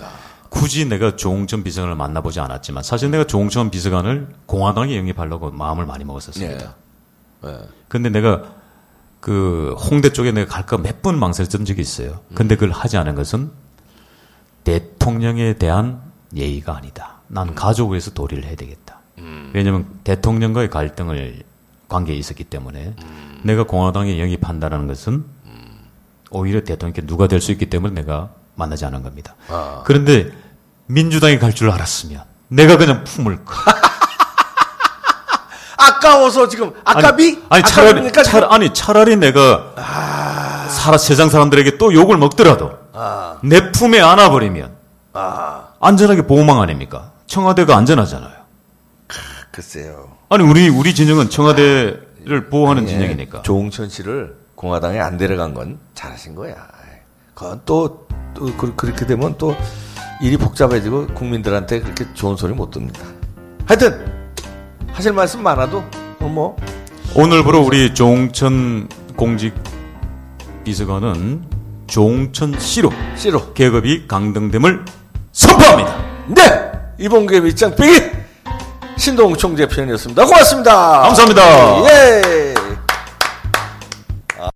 Speaker 3: 굳이 내가 조홍천 비서관을 만나보지 않았지만 사실 내가 조홍천 비서관을 공화당에 영입하려고 마음을 많이 먹었었습니다. 근데 내가 그 홍대 쪽에 내가 갈까 몇 번 망설였던 적이 있어요. 근데 그걸 하지 않은 것은 대통령에 대한 예의가 아니다. 난 가족을 위해서 도리를 해야 되겠다. 왜냐하면 대통령과의 갈등을 관계에 있었기 때문에 내가 공화당에 영입한다는 것은 오히려 대통령께 누가 될 수 있기 때문에 내가 만나지 않은 겁니다. 그런데 민주당에 갈 줄 알았으면 내가 그냥 품을 거.
Speaker 2: 아까워서 지금 아까비?
Speaker 3: 아니 차라리
Speaker 2: 아까비니까
Speaker 3: 차, 아니 차라리 내가 살아 세상 사람들에게 또 욕을 먹더라도
Speaker 2: 아.
Speaker 3: 내 품에 안아버리면 안전하게 보호망 아닙니까? 청와대가 안전하잖아요.
Speaker 2: 글쎄요.
Speaker 3: 아니 우리 우리 진영은 청와대를
Speaker 2: 아, 예.
Speaker 3: 보호하는 진영이니까.
Speaker 2: 조홍천 씨를 공화당에 안 데려간 건 잘하신 거야. 그건 또, 또 그, 그렇게 되면 또 일이 복잡해지고 국민들한테 그렇게 좋은 소리 못 듣습니다. 하여튼 하실 말씀 많아도 어, 뭐
Speaker 3: 오늘부로 우리 종천 공직 비서관은 종천 씨로
Speaker 2: 씨로
Speaker 3: 계급이 강등됨을 선포합니다.
Speaker 2: 네 이봉규의 밑장 빼기 신동 총재 표현이었습니다. 고맙습니다.
Speaker 3: 감사합니다.
Speaker 2: 예.